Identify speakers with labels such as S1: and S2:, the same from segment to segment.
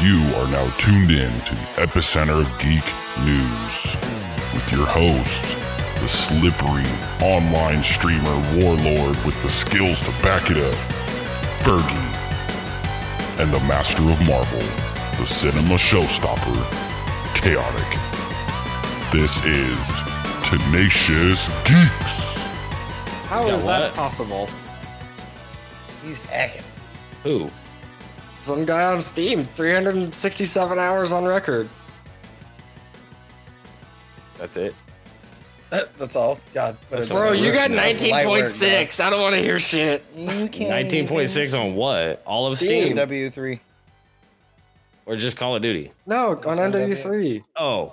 S1: You are now tuned in to the epicenter of geek news with your hosts, the slippery online streamer warlord with the skills to back it up, Fergie, and the master of Marvel, the cinema showstopper, Chaotic. This is Tenacious Geeks.
S2: How
S3: Yeah,
S2: is that
S3: what?
S2: possible? He's hacking.
S3: Who?
S2: Some guy on Steam, 367 hours on record.
S3: That's it.
S4: That, that's all. God,
S3: That's
S4: it-
S3: all
S2: Bro,
S3: right.
S2: you got
S3: That's light
S4: work, bro.
S2: 19.6. I don't want to hear shit.
S3: Nineteen point six on what? All of
S2: Steam.
S3: Steam,
S4: W three.
S3: or just Call of Duty?
S2: No,
S4: That's
S2: on
S4: not that
S2: NW3.
S3: Oh,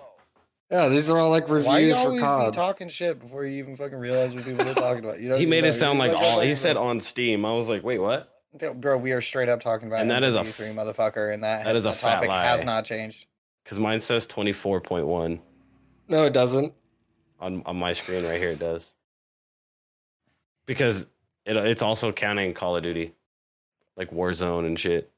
S2: Yeah, these are all like
S4: Why you
S2: reviews for
S4: always be
S2: COD.
S4: talking shit before you even fucking realize what people are talking about? You know,
S3: he made it sound like all. He said on Steam. I was like, wait, what?
S4: "Bro, we are straight up talking about."
S3: And that is a
S4: three motherfucker, and that
S3: that is a
S4: the
S3: fat
S4: topic
S3: lie.
S4: has not changed.
S3: Because mine says twenty four point one
S2: No, it doesn't.
S3: on on my screen right here. It does. Because it, it's also counting Call of Duty, like Warzone and shit.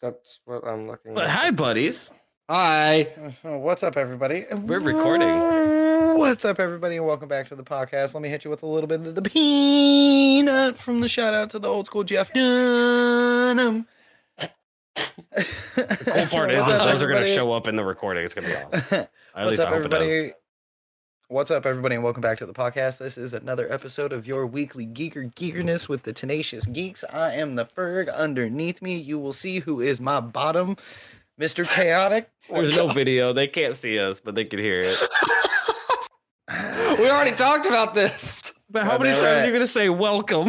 S2: That's what I'm looking
S3: But
S2: at.
S3: hi, buddies.
S2: Hi.
S4: Uh, What's up, everybody?
S3: We're recording.
S4: What's up, everybody, and welcome back to the podcast. Let me hit you with a little bit of the peanut from the shout out to the old school Jeff Dunham.
S3: The cool part is
S4: What's
S3: that
S4: up,
S3: those are gonna
S4: everybody?
S3: show up in the recording. It's gonna be awesome. At
S4: What's
S3: least
S4: up,
S3: I hope it does.
S4: everybody? What's up, everybody, and welcome back to the podcast. This is another episode of your weekly geeker geekerness with the tenacious geeks. I am the Ferg. Underneath me, you will see who is my bottom, Mister Chaotic.
S3: There's no video. They can't see us, but they can hear it.
S2: We already talked about this.
S3: But
S4: how many times are you
S3: gonna say welcome?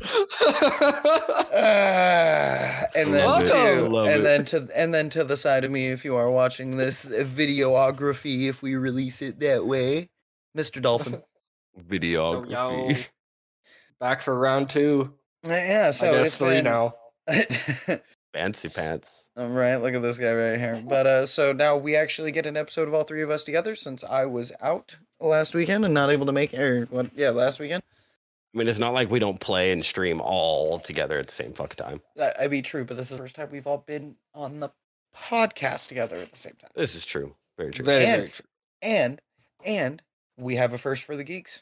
S4: Ah, and then
S2: Love it.
S4: to,
S3: Love
S4: and
S3: it.
S4: then to and then to the side of me if you are watching this uh, videography if we release it that way mr dolphin Uh,
S2: Oh, yo.
S3: Videography.
S2: Back for round two.
S4: Uh, yeah so
S2: I guess
S4: it's
S2: three
S4: been-
S2: now.
S3: Fancy pants.
S4: all right look at this guy right here but uh so now we actually get an episode of all three of us together since i was out last weekend and not able to make or what yeah last weekend
S3: I mean, it's not like we don't play and stream all together at the same fuck time.
S4: that i be true but this is the first time we've all been on the podcast together at the same time
S3: This is true. Very true.
S2: Very,
S4: And-
S2: very true.
S4: and and we have a first for the geeks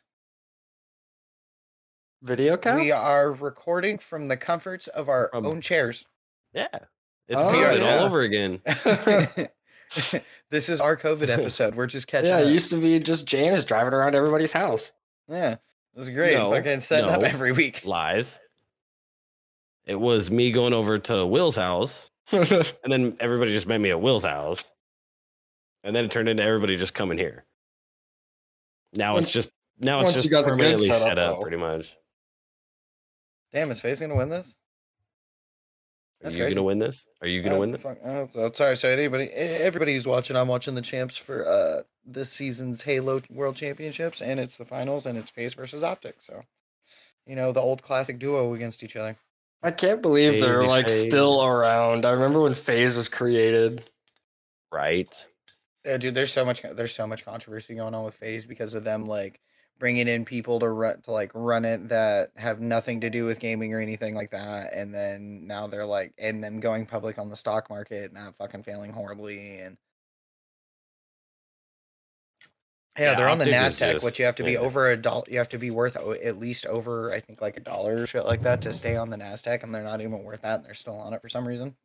S2: Video cast?
S4: We are recording from the comforts of our
S3: From-
S4: own chairs.
S3: yeah. It's
S2: Oh,
S3: COVID
S2: yeah.
S3: all over again.
S4: this is our COVID episode. We're just catching
S2: Yeah,
S4: up.
S2: it used to be just James driving around everybody's house.
S4: yeah, it was great.
S3: No,
S4: Fucking setting up
S3: no.
S4: every week.
S3: Lies. It was me going over to Will's house, and then everybody just met me at Will's house. And then it turned into everybody just coming here. Now
S2: Once-
S3: it's just now it's
S2: once
S3: just
S2: you got the good
S3: permanently
S2: setup,
S3: set up
S2: though.
S3: pretty much.
S4: Damn, is Faze gonna win this?
S3: Are
S4: That's
S3: you
S4: crazy.
S3: gonna win this? Are you gonna
S4: Uh,
S3: win this?
S4: fuck, I hope so. Sorry, sorry. Anybody, e- everybody who's watching, I'm watching the champs for uh this season's Halo World Championships, and it's the finals, and it's Face versus Optic. So, you know, the old classic duo against each other.
S2: I can't believe they're
S3: Phase,
S2: like still around. I remember when Phase was created.
S3: Right.
S4: Yeah, dude, there's so much there's so much controversy going on with Phase because of them like bringing in people to run to like run it that have nothing to do with gaming or anything like that, and then now they're like and then going public on the stock market, not fucking failing horribly, and yeah,
S3: Yeah,
S4: they're on the
S3: Optic is
S4: Nasdaq,
S3: just-
S4: which you have to be
S3: yeah.
S4: over a dollar. You have to be worth o- at least over, I think, like a dollar or shit like that to stay on the Nasdaq, and they're not even worth that, and they're still on it for some reason.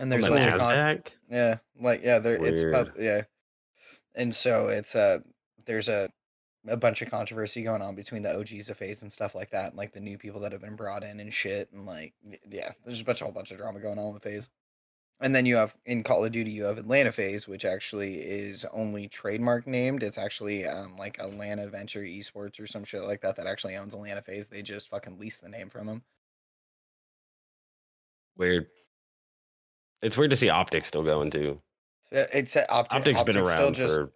S4: And there's
S3: On
S4: a
S3: the
S4: bunch of con-
S3: Nasdaq.
S4: yeah, like yeah, there it's pub-
S3: Weird.
S4: yeah, and so it's uh there's a a bunch of controversy going on between the OGs of Phase and stuff like that, and like the new people that have been brought in and shit, and like y- yeah, there's a bunch a whole bunch of drama going on with Phase. And then you have in Call of Duty, you have Atlanta Phase, which actually is only trademark named. It's actually um, like Atlanta Venture Esports or some shit like that that actually owns Atlanta Phase. They just fucking leased the name from them.
S3: Weird. It's weird to see optics still going too.
S4: It's uh, Opti-
S3: Optics been
S4: Optic's still
S3: around
S4: just-
S3: for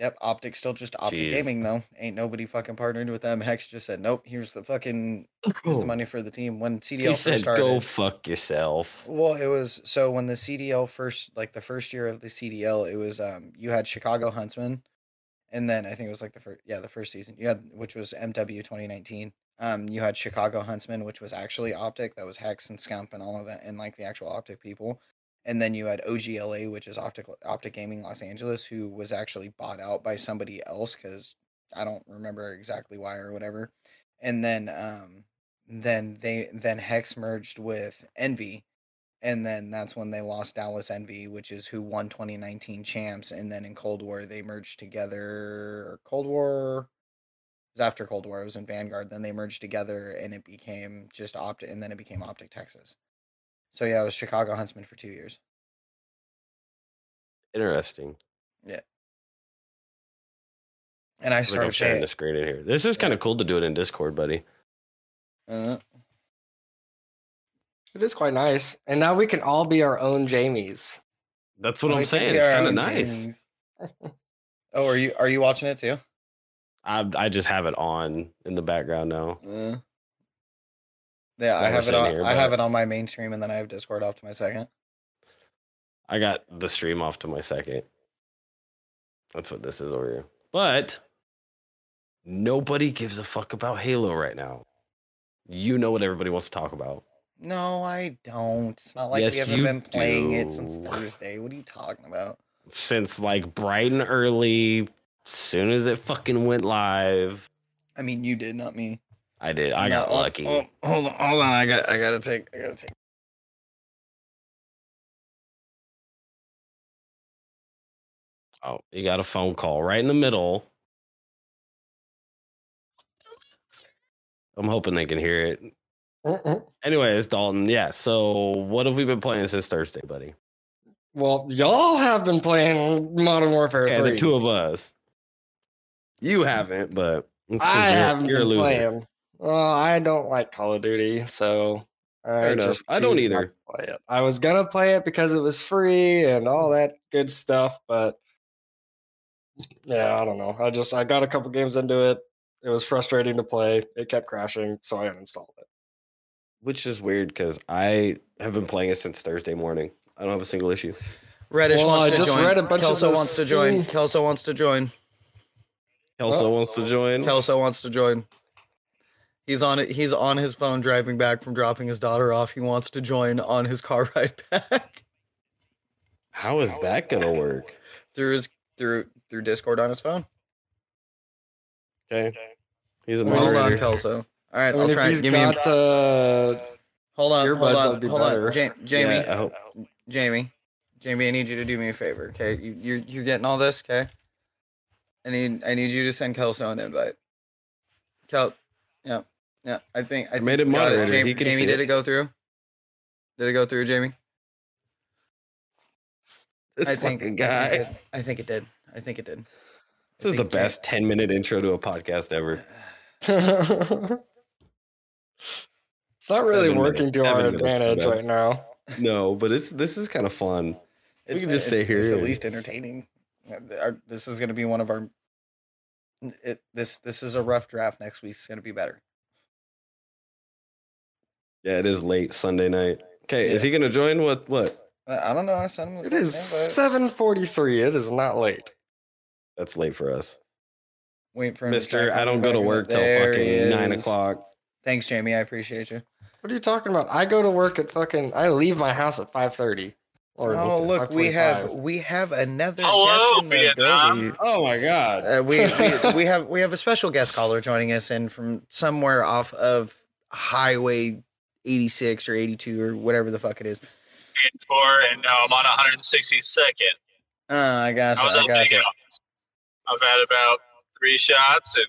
S4: Yep, Optic still just Optic
S3: Jeez.
S4: Gaming though. Ain't nobody fucking partnered with them. Hex just said, "Nope, here's the fucking here's the money for the team." When CDL
S3: He
S4: first
S3: said,
S4: started,
S3: "Go fuck yourself."
S4: well, it was so when the CDL first, like the first year of the CDL, it was um you had Chicago Huntsman, and then I think it was like the first yeah the first season you had which was MW 2019. Um, you had Chicago Huntsman, which was actually Optic, that was Hex and Scump and all of that, and like the actual Optic people. And then you had OGLA, which is Optic Optic Gaming Los Angeles, who was actually bought out by somebody else because I don't remember exactly why or whatever. And then um, then they then Hex merged with Envy, and then that's when they lost Dallas Envy, which is who won 2019 champs. And then in Cold War they merged together. Cold War it was after Cold War. It was in Vanguard. Then they merged together, and it became just Optic, and then it became Optic Texas. So yeah, it was Chicago Huntsman for two years.
S3: Interesting.
S4: And I
S3: I think I'm
S4: started
S3: sharing
S4: paying.
S3: the screen in here. This is kind of cool to do it in Discord, buddy.
S4: Uh,
S2: It is quite nice. And now we can all be our own Jamies.
S3: That's what
S4: well,
S3: I'm
S4: we could
S3: saying.
S4: be
S3: It's
S4: our
S3: kind of
S4: own
S3: nice.
S4: Jamie's. oh, are you are you watching it too?
S3: I I just have it on in the background now.
S4: Uh, yeah,
S3: Well,
S4: I
S3: we're
S4: have it
S3: sitting
S4: on.
S3: here,
S4: I have
S3: but-
S4: it on my main stream, and then I have Discord off to my second.
S3: I got the stream off to my second. That's what this is over here. But nobody gives a fuck about Halo right now. You know what everybody wants to talk about.
S4: No, I don't. It's not like
S3: Yes,
S4: we haven't
S3: you
S4: been playing it since
S3: do.
S4: Thursday. What are you talking about?
S3: Since like bright and early, soon as it fucking went live,
S4: I mean, you did, not me.
S3: I did. I
S4: No,
S3: got
S4: oh,
S3: lucky.
S4: Oh, hold on, hold on. I got. I gotta take. I gotta take.
S3: Oh, you got a phone call right in the middle. I'm hoping they can hear it.
S2: Mm-mm.
S3: Anyways, Dalton, yeah. So, what have we been playing since Thursday, buddy?
S2: Well, y'all have been playing Modern Warfare
S3: Yeah,
S2: 3.
S3: the two of us. You haven't, but it's 'cause
S2: I
S3: you're-
S2: haven't
S3: you're a
S2: been
S3: loser.
S2: playing. Well, I don't like Call of Duty, so
S3: Fair
S2: I
S3: enough.
S2: just
S3: I don't
S2: choose not
S3: either.
S2: to play it. I was gonna play it because it was free and all that good stuff, but yeah, I don't know. I just I got a couple games into it. It was frustrating to play. It kept crashing, so I uninstalled it.
S3: Which is weird because I have been playing it since Thursday morning. I don't have a single issue.
S4: Reddish
S2: Well,
S4: wants
S2: I
S4: to
S2: just
S4: join.
S2: read a bunch of
S4: Kelso
S2: this
S4: wants to join.
S2: thing.
S4: Kelso wants to join.
S3: Kelso
S2: Oh.
S3: wants to join.
S4: Kelso wants to join. He's on it. He's on his phone driving back from dropping his daughter off. He wants to join on his car ride back
S3: How is that gonna work?
S4: through his through through Discord on his phone.
S3: Okay, he's a
S2: Well, hold
S4: Hold
S3: moderator.
S4: on, Kelso. All right,
S2: I mean,
S4: I'll
S2: if
S4: try.
S2: he's
S4: and Give me. A,
S2: got uh,
S4: hold on. Hold
S2: earbuds,
S4: on.
S2: that'd be
S4: Hold on.
S2: better.
S4: Ja- Jamie.
S3: Yeah, I hope-
S4: Jamie, Jamie, I need you to do me a favor, okay? You, you're you're getting all this, okay? I need I need you to send Kelso an invite. Kel, yeah, yeah. I think I, think
S3: made it
S4: we got
S3: moderator,
S4: Jamie,
S3: he can
S4: Jamie
S3: see
S4: did
S3: it.
S4: it go through? Did it go through, Jamie?
S3: this
S4: I
S3: fucking
S4: think I think
S3: guy.
S4: it- I think it did. I think it did. I
S3: This is the
S4: think Jam-
S3: best ten minute intro to a podcast ever.
S2: it's not really
S3: Seven
S2: working
S3: minutes,
S2: to our
S3: seven minutes,
S2: advantage
S3: whatever.
S2: right now.
S3: No, but it's this is kind of fun. We
S4: It's-
S3: can just
S4: it's-
S3: sit here
S4: It's at
S3: and-
S4: least entertaining. Uh, th- our- This is going to be one of our. It, this this is a rough draft. Next week's going to be better.
S3: Yeah, it is late Sunday night. Okay, is
S4: Yeah.
S3: he gonna join? What? What?
S4: Uh, I don't know. I sent him.
S2: It is 7:43. It is not late.
S3: That's late for us.
S4: Wait for him to
S3: Mister,
S4: track
S3: I
S4: up
S3: don't
S4: the
S3: go to
S4: background.
S3: work till
S4: There he
S3: fucking nine
S4: is.
S3: o'clock.
S4: Thanks, Jamie. I appreciate you.
S2: What are you talking about? I go to work at fucking. I leave my house at 5:30. Or
S4: Oh, look, we
S2: 5:45.
S4: have we have another
S5: Hello,
S4: guest in the
S5: Vietnam.
S4: building.
S3: Oh my god!
S4: Uh, we, we we have we have a special guest caller joining us in from somewhere off of Highway 86 or 82 or whatever the fuck it is.
S5: tour, and now I'm on 162nd.
S4: Uh, I got
S5: I was
S4: you. I
S5: up
S4: got you.
S5: there. I've had about three shots, and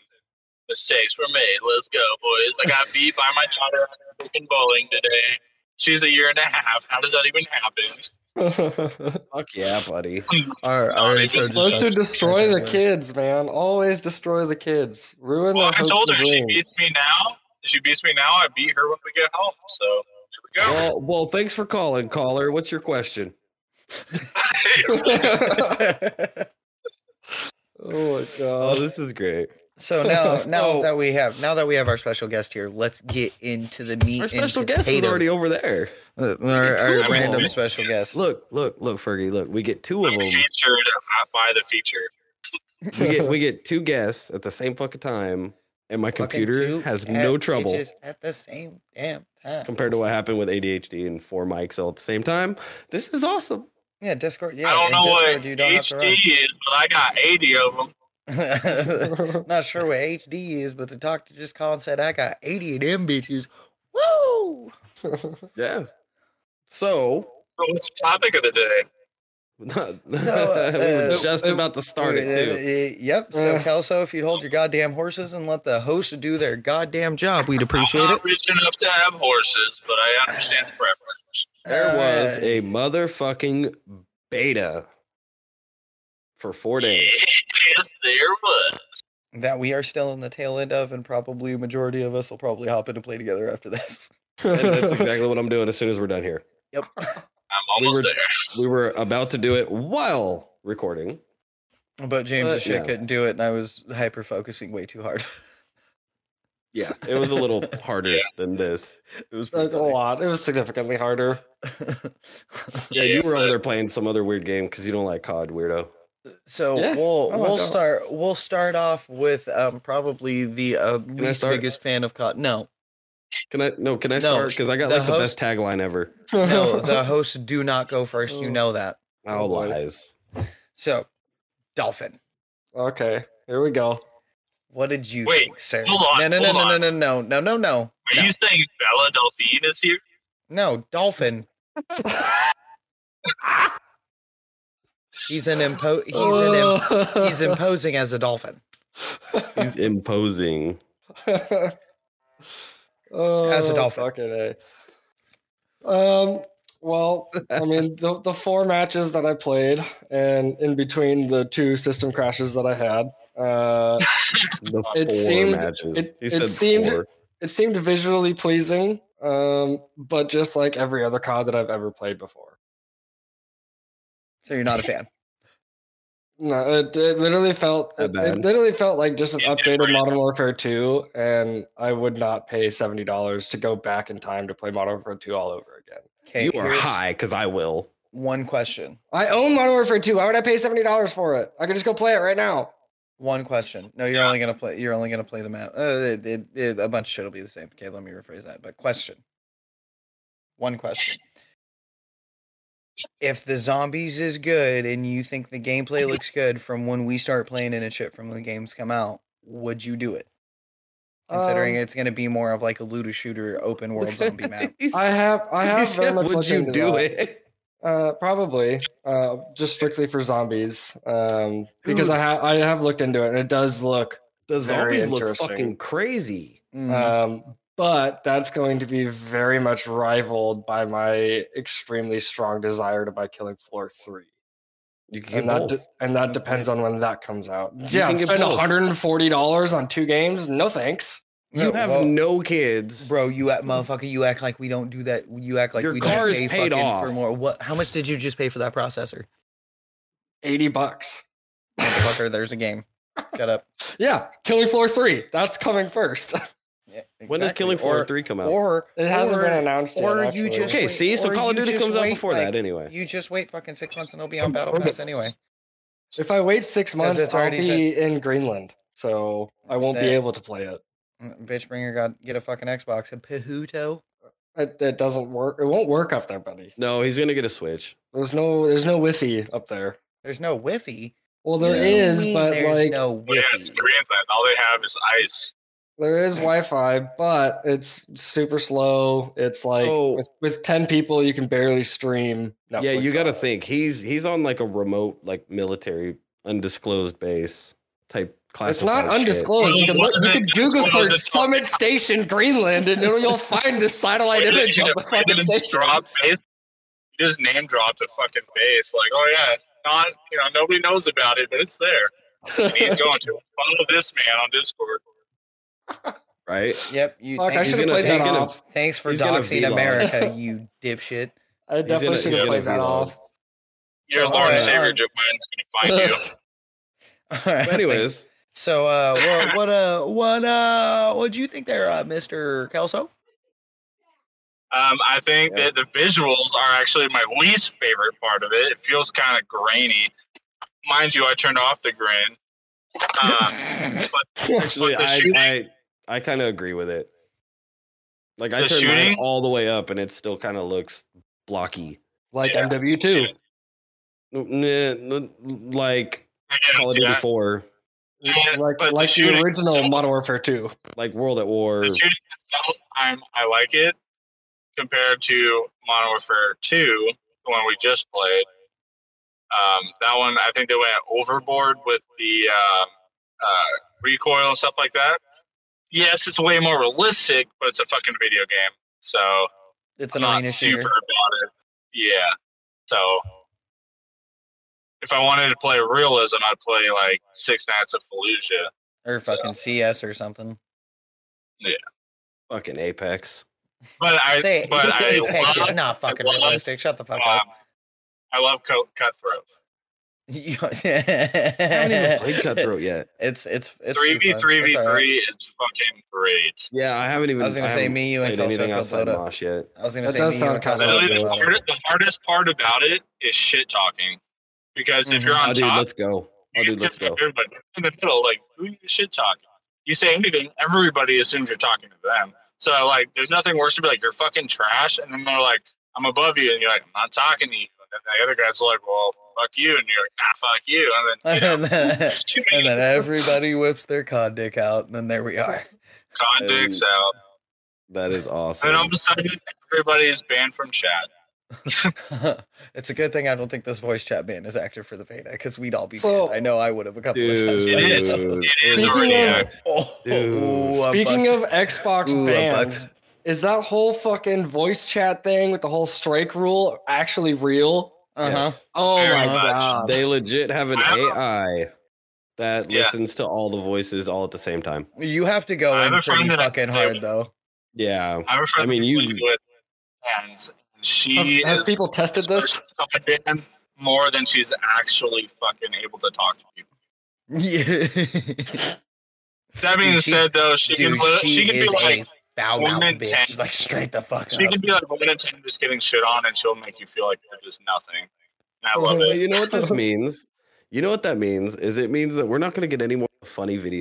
S5: mistakes were made. Let's go, boys. I got beat by my daughter at freaking bowling today. She's a year and a half. How does that even happen?
S3: Fuck yeah, buddy.
S4: Our,
S5: Oh,
S4: our
S5: they just
S4: intro just
S2: Supposed to
S4: got-
S2: destroy
S4: got
S2: the
S4: worse.
S2: kids, man. Always destroy the kids. Ruin
S5: Well,
S2: their
S5: I told her
S2: hopes
S5: if she
S2: and dreams.
S5: beats me now. If she beats me now, I beat her when we get home. So there we go.
S3: Well, well, thanks for calling, caller. What's your question?
S2: oh my
S3: Oh,
S2: god.
S3: this is great.
S4: So now, now
S3: Oh.
S4: that we have now that we have our special guest here, let's get into the meat.
S3: Our special
S4: and
S3: guest is
S4: potatoes.
S3: already over there.
S4: Uh, our,
S3: two
S4: our
S3: of
S4: random
S5: them.
S4: special guest.
S3: Look, look, look, Fergie. Look, we get two of them.
S5: Featured, I buy the feature.
S3: We get we get two guests at the same fucking time. and my
S4: Fucking
S3: computer
S4: two
S3: has
S4: at-
S3: no trouble
S4: bitches at the same damn time.
S3: compared to what happened with ADHD and four mics all at the same time. This is awesome.
S4: Yeah, Discord. Yeah,
S5: I don't
S4: in
S5: know
S4: Discord,
S5: what
S4: you don't
S5: HD is, but I got 80 of them.
S4: have to run. Not sure what HD is, but the doctor just called and said I got 80 of them bitches. Woo!
S3: Yeah. So
S5: So what's the topic of the day?
S3: we
S4: uh,
S3: were just
S2: uh,
S3: about to start
S4: Uh,
S3: it too.
S4: uh, Yep. So
S2: Ugh.
S4: Kelso, if you'd hold your goddamn horses and let the host do their goddamn job, we'd appreciate
S5: I'm
S4: it.
S5: not rich enough to have horses, but I understand the preference.
S3: There was
S4: Uh,
S3: a motherfucking beta for four days.
S5: Yes, there was.
S4: that we are still in the tail end of, and probably a majority of us will probably hop into play together after this.
S3: And that's exactly what I'm doing as soon as we're done here.
S4: Yep.
S5: I'm
S3: We
S5: almost
S3: were-
S5: there.
S3: We were about to do it while recording.
S4: But James
S3: But,
S4: and shit
S3: yeah.
S4: couldn't do it, and I was hyper focusing way too hard.
S3: Yeah, it was a little harder
S5: Yeah.
S3: than this.
S4: It was
S2: Like,
S4: pretty
S2: a lot. It was significantly harder.
S4: funny.
S3: Yeah, you were
S5: but
S3: over there playing some other weird game because you don't like COD, weirdo.
S4: so
S2: Yeah.
S4: we'll
S2: Oh, I
S4: we'll
S2: don't.
S4: start we'll start off with um, probably the uh, least
S3: start?
S4: biggest fan of COD. No,
S3: Can I? No, can I
S4: No,
S3: start? Because I got
S4: the
S3: like the best tagline ever.
S4: no, the hosts do not go first. You
S2: Oh.
S4: know that.
S3: All
S2: Oh, boy.
S3: lies.
S4: So, Dolphin,
S2: okay, here we go.
S4: what did you
S5: Wait,
S4: think, sir?
S5: hold on,
S4: no, no, no,
S5: hold
S4: no,
S5: on.
S4: no, no, no, no, no, no,
S5: Are
S4: no,
S5: you saying Bella Delphine is here?
S4: no, Dolphin. He's an impo- he's an imp-
S2: Oh.
S4: he's imposing as a dolphin.
S3: He's imposing.
S2: oh,
S4: dolphin.
S2: Fucking A. Um, well, I mean, the, the four matches that I played, and in between the two system crashes that I had, uh,
S3: The
S5: It
S3: four
S2: seemed-
S3: matches.
S2: it-
S3: He
S2: it
S3: said
S2: seemed-
S3: four.
S2: it seemed visually pleasing, um, but just like every other COD that I've ever played before.
S4: So you're not a fan.
S2: No, it, it literally felt
S3: That
S2: it, it
S3: bad.
S2: literally felt like just an
S5: Yeah,
S2: updated
S5: right.
S2: Modern Warfare 2, and I would not pay seventy dollars to go back in time to play Modern Warfare 2 all over again.
S4: Okay,
S3: you are
S4: here's
S3: high because I will.
S4: One question.
S2: I own Modern Warfare 2. Why would I pay seventy dollars for it? I could just go play it right now.
S4: One question. No, you're only gonna play. You're only gonna play the map. Uh, it, it, it- a bunch of shit will be the same. Okay, let me rephrase that. But question. One question. If the zombies is good and you think the gameplay looks good from when we start playing in a shit from when the games come out, would you do it? Considering
S2: Um,
S4: it's gonna be more of like a looter shooter open world zombie map.
S2: I have I
S3: He
S2: have very
S3: said,
S2: much
S3: would
S2: looked
S3: you
S2: into
S3: do
S2: that.
S3: it?
S2: Uh, probably, uh, just strictly for zombies, um, because
S3: Dude.
S2: I have I have looked into it and it does look.
S3: The
S2: Very
S3: zombies look
S2: interesting.
S3: fucking crazy.
S4: Mm.
S3: Mm-hmm.
S2: Um, but that's going to be very much rivaled by my extremely strong desire to buy Killing Floor Three,
S3: You can get
S2: and that
S3: both.
S2: de- and that
S4: Okay.
S2: depends on when that comes out.
S3: can
S2: yeah,
S3: get
S2: spend
S3: both.
S2: one hundred and forty dollars on two games? No thanks.
S3: you
S4: No,
S3: have
S4: well-
S3: no kids.
S4: Bro, you act, motherfucker, you act like we don't do that. You act like
S3: Your
S4: we
S3: car
S4: don't
S3: is
S4: pay
S3: paid
S4: fucking
S3: off.
S4: for more. What? How much did you just pay for that processor,
S2: Eighty bucks.
S4: motherfucker? There's a game. Shut up.
S2: Yeah, Killing Floor Three. That's coming first.
S4: Yeah,
S3: When does
S4: exactly.
S3: Killing Floor
S4: Or-
S3: 3 come out?
S4: Or
S2: It hasn't been
S4: or-
S2: announced yet.
S4: or you
S2: actually.
S4: just-
S3: okay, see, so
S4: or
S3: Call of
S4: you
S3: Duty
S4: just
S3: comes out
S4: wait,
S3: before
S4: like,
S3: that anyway.
S4: you just wait fucking six months and it'll be on Battle Pass anyway.
S2: If I wait six months,
S4: it's
S2: I'll
S4: already
S2: be in Greenland, so I won't be
S4: That-
S2: able to play it.
S4: Mm, Bitch, bring your god, get a fucking Xbox, a Pahuto.
S2: it. It doesn't work. It won't work up there, buddy.
S3: No, he's gonna get a Switch.
S2: There's no, there's no Wi-Fi up there.
S4: There's no Wi-Fi.
S2: Well,
S4: What
S2: there
S4: do you
S2: is,
S4: mean
S2: but
S4: there's
S2: like
S4: no
S5: Well,
S4: Wi-Fi.
S5: yeah, it's Greenland. All they have is ice.
S2: there is Wi-Fi, but it's super slow. It's like
S3: Oh.
S2: with, with ten people, you can barely stream. Netflix
S3: yeah, you gotta
S2: on it.
S3: think. He's he's on like a remote, like military, undisclosed base type class.
S2: It's not undisclosed. You can look, you can Google search Summit Station Greenland, and it'll- you'll find this satellite
S5: Wait,
S2: image
S5: you
S2: of the
S5: just-
S2: fucking
S5: you just
S2: station.
S5: drop base? You just name dropped a fucking base. Like, oh yeah, not you know nobody knows about it, but it's there. And he's going to follow this man on Discord.
S3: Right?
S4: Yep. You.
S2: Fuck, I
S4: thank-
S3: he's
S2: should have
S3: gonna-
S2: played that
S3: he's gonna-
S2: off.
S4: Thanks for
S3: he's gonna
S4: doxing
S3: vlog.
S4: America, you dipshit.
S2: I definitely
S3: gonna-
S5: he's
S2: should have
S5: gonna
S2: played that
S3: vlog.
S2: off.
S5: Your
S4: Oh,
S5: Lord
S4: alright,
S5: and Savior
S4: alright.
S5: Japan's gonna find you.
S4: All right,
S3: But
S4: thanks.
S3: anyways,
S4: So uh what what uh what uh what'd you think there, uh Mr. Kelso?
S5: Um, I think
S3: Yeah.
S5: that the visuals are actually my least favorite part of it. It feels kind of grainy. Mind you, I turned off the grain. Um,
S3: actually
S5: but the
S3: I,
S5: shooting-
S3: I I kind of agree with it. Like I
S6: The
S3: turned mine
S6: shooting?
S3: all the way up, and it still kind of looks blocky.
S2: Like
S6: Yeah.
S2: MW two.
S3: N- n- n- Like
S6: I
S3: Call of
S6: guess,
S3: Duty
S6: yeah.
S3: Four,
S6: Yeah,
S2: like
S6: but the
S2: like the,
S6: shooting-
S2: original Modern Warfare two.
S3: like World at War.
S6: The shooting itself, I'm, I like it compared to Modern Warfare 2, the one we just played. Um, that one, I think they went overboard with the um uh, recoil and stuff like that. Yes, it's way more realistic, but it's a fucking video game, so
S4: It's
S6: I'm
S4: an
S6: not
S4: arena
S6: super
S4: shooter.
S6: about it. Yeah, so if I wanted to play realism, I'd play like Six Nights of Fallujah.
S4: or fucking CS or something.
S3: Fucking Apex.
S6: But I,
S4: Say
S6: but I
S4: Apex
S6: love
S4: is not fucking
S6: love-
S4: realistic. Shut the fuck
S6: Um,
S4: up.
S6: I love co- Cutthroat.
S4: You-
S3: I haven't even played Cutthroat yet.
S4: It's it's it's
S6: Three
S4: pretty
S6: v
S4: fun.
S6: three
S4: It's
S6: v
S4: alright.
S6: three is fucking great.
S3: Yeah, I haven't even.
S4: I was gonna say
S3: haven't
S4: me, you, and
S3: played
S4: Kelso
S3: anything
S4: could
S3: outside
S4: load up.
S3: Mosh yet.
S4: I was gonna
S2: That
S4: say
S2: does
S4: me,
S2: sound
S4: you, and Kelso
S2: kinda
S6: Literally,
S4: could
S6: the,
S4: load up.
S6: hard- the hardest part about it is shit talking, because if you're
S4: Mhm.
S6: on
S3: Oh, dude,
S6: top,
S3: let's go. Oh,
S6: you
S3: dude, let's go.
S6: Everybody in the middle, like who you shit talking? You say anything, everybody assumes you're talking to them. So like, there's nothing worse to be like you're fucking trash, and then they're like, I'm above you, and you're like, I'm not talking to you. And the other guy's like, well, fuck you, and you're like, ah, fuck you, and then
S4: and, then,
S6: you know,
S4: and then everybody whips their cod dick out, and then there we are. uh,
S6: convicts
S3: And-
S6: out.
S3: That is
S6: And
S3: awesome.
S6: then all of a sudden, everybody's banned from chat.
S4: it's a good thing I don't think this voice chat ban is active for the beta because we'd all be.
S2: So-
S4: banned. I know I would have a couple of times.
S3: Dude,
S4: by
S6: It
S4: now.
S6: is. It is
S2: Speaking
S6: already
S2: of-
S6: active.
S4: Oh,
S3: Dude.
S4: ooh, a
S2: Speaking
S4: buck-
S2: of Xbox
S4: ooh, a buck.
S2: bans, is that whole fucking voice chat thing with the whole strike rule actually real?
S4: uh-huh.
S3: Yes.
S2: Oh
S6: Very
S2: my
S6: much.
S2: god!
S3: They legit have an
S6: I don't-
S3: AI that
S6: Yeah.
S3: listens to all the voices all at the same time.
S4: you have to go
S6: I have
S4: in
S6: a friend
S4: pretty
S6: that I-
S4: fucking hard though.
S3: Yeah.
S6: I, refer
S3: I mean, you-
S6: with hands.
S2: have,
S6: She
S2: have
S6: is
S2: people tested this?
S6: banned more than she's actually fucking able to talk to people.
S4: Yeah.
S6: That being
S4: Dude, she's-
S6: said, though, she can
S4: Dude,
S6: li-
S4: she,
S6: she, can be
S4: is
S6: like
S4: a foul mouth
S6: woman
S4: bitch.
S6: tank.
S4: Like straight the fuck
S6: she
S4: up.
S6: can be like one in ten just getting shit on, and she'll make you feel like you're just nothing. And
S2: Oh,
S6: I love
S3: Well,
S6: it.
S3: you know what this means? You know what that means? Is it means that we're not going to get any more funny videos.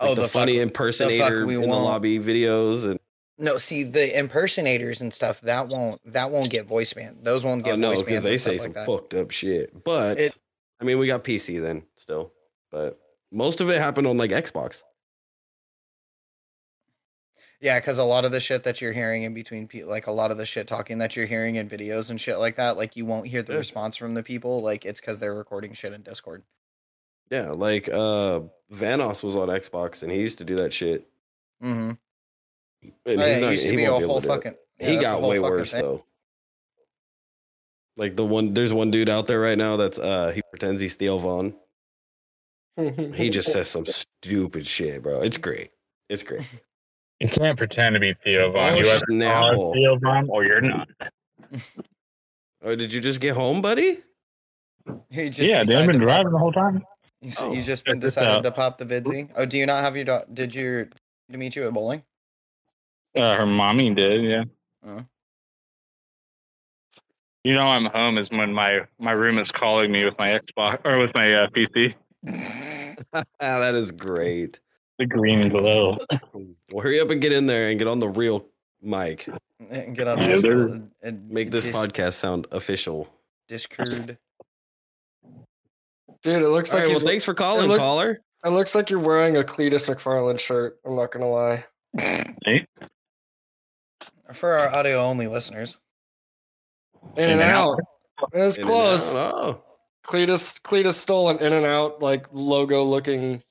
S3: Like
S4: oh,
S3: the,
S4: the,
S3: funny
S4: fuck-
S3: impersonator
S4: we
S3: in the
S4: won't.
S3: lobby videos and
S4: No, see the impersonators and stuff that won't that won't get voice ban. Those won't get
S3: oh, no,
S4: voice
S3: because
S4: bans.
S3: they
S4: and stuff
S3: say
S4: like
S3: some
S4: that.
S3: fucked up shit. But
S4: It-
S3: I mean, we got PC then still, but most of it happened on like Xbox.
S4: Yeah, because a lot of the shit that you're hearing in between, pe- like a lot of the shit talking that you're hearing in videos and shit like that, like you won't hear the
S3: Yeah.
S4: response from the people. Like it's because they're recording shit in Discord.
S3: Yeah, like uh Vanos was on Xbox and he used to do that shit.
S4: Mm-hmm.
S3: And
S4: Oh, yeah,
S3: he's
S4: it
S3: not,
S4: used to
S3: he
S4: be a
S3: won't be
S4: whole
S3: able to do it.
S4: fucking. yeah,
S3: he
S4: that's a
S3: got
S4: whole
S3: way
S4: fucking
S3: worse
S4: thing.
S3: though. Like the one, there's one dude out there right now that's uh he pretends he's Theo Vaughn. He just says some stupid shit, bro. It's great. It's great.
S7: You can't pretend to be Theo Von.
S4: Oh,
S7: You either are
S3: Now,
S7: Theo Von or you're not.
S3: oh, did you just get home, buddy?
S4: He just
S7: Yeah, they've
S4: decided
S7: been
S4: to pop-
S7: driving the whole time.
S4: You, s-
S3: Oh,
S4: you just been
S7: check this
S4: decided
S7: out.
S4: to pop the vidsy. Oh, do you not have your? Do- did your to meet you at bowling?
S7: Uh, her mommy did, yeah.
S3: Uh-huh.
S4: Oh.
S7: You know I'm home is when my my room is calling me with my Xbox or with my uh, PC.
S3: Ah, that is great.
S7: The green glow.
S3: Well, hurry up and get in there and get on the real mic.
S4: and get on
S7: Yeah, they're-
S4: Discord and, and
S3: Make this
S4: dis-
S3: podcast sound official.
S4: Discord.
S2: Dude, it looks
S3: All
S2: like
S3: right, well,
S2: he's,
S3: thanks for calling,
S2: looked-
S3: caller.
S2: it looks like you're wearing a Cletus McFarland shirt. I'm not gonna lie.
S4: For our audio only listeners,
S2: In and out. It was
S3: In and
S2: close.
S3: out. Oh,
S2: Cletus Cletus stole an In and Out like logo looking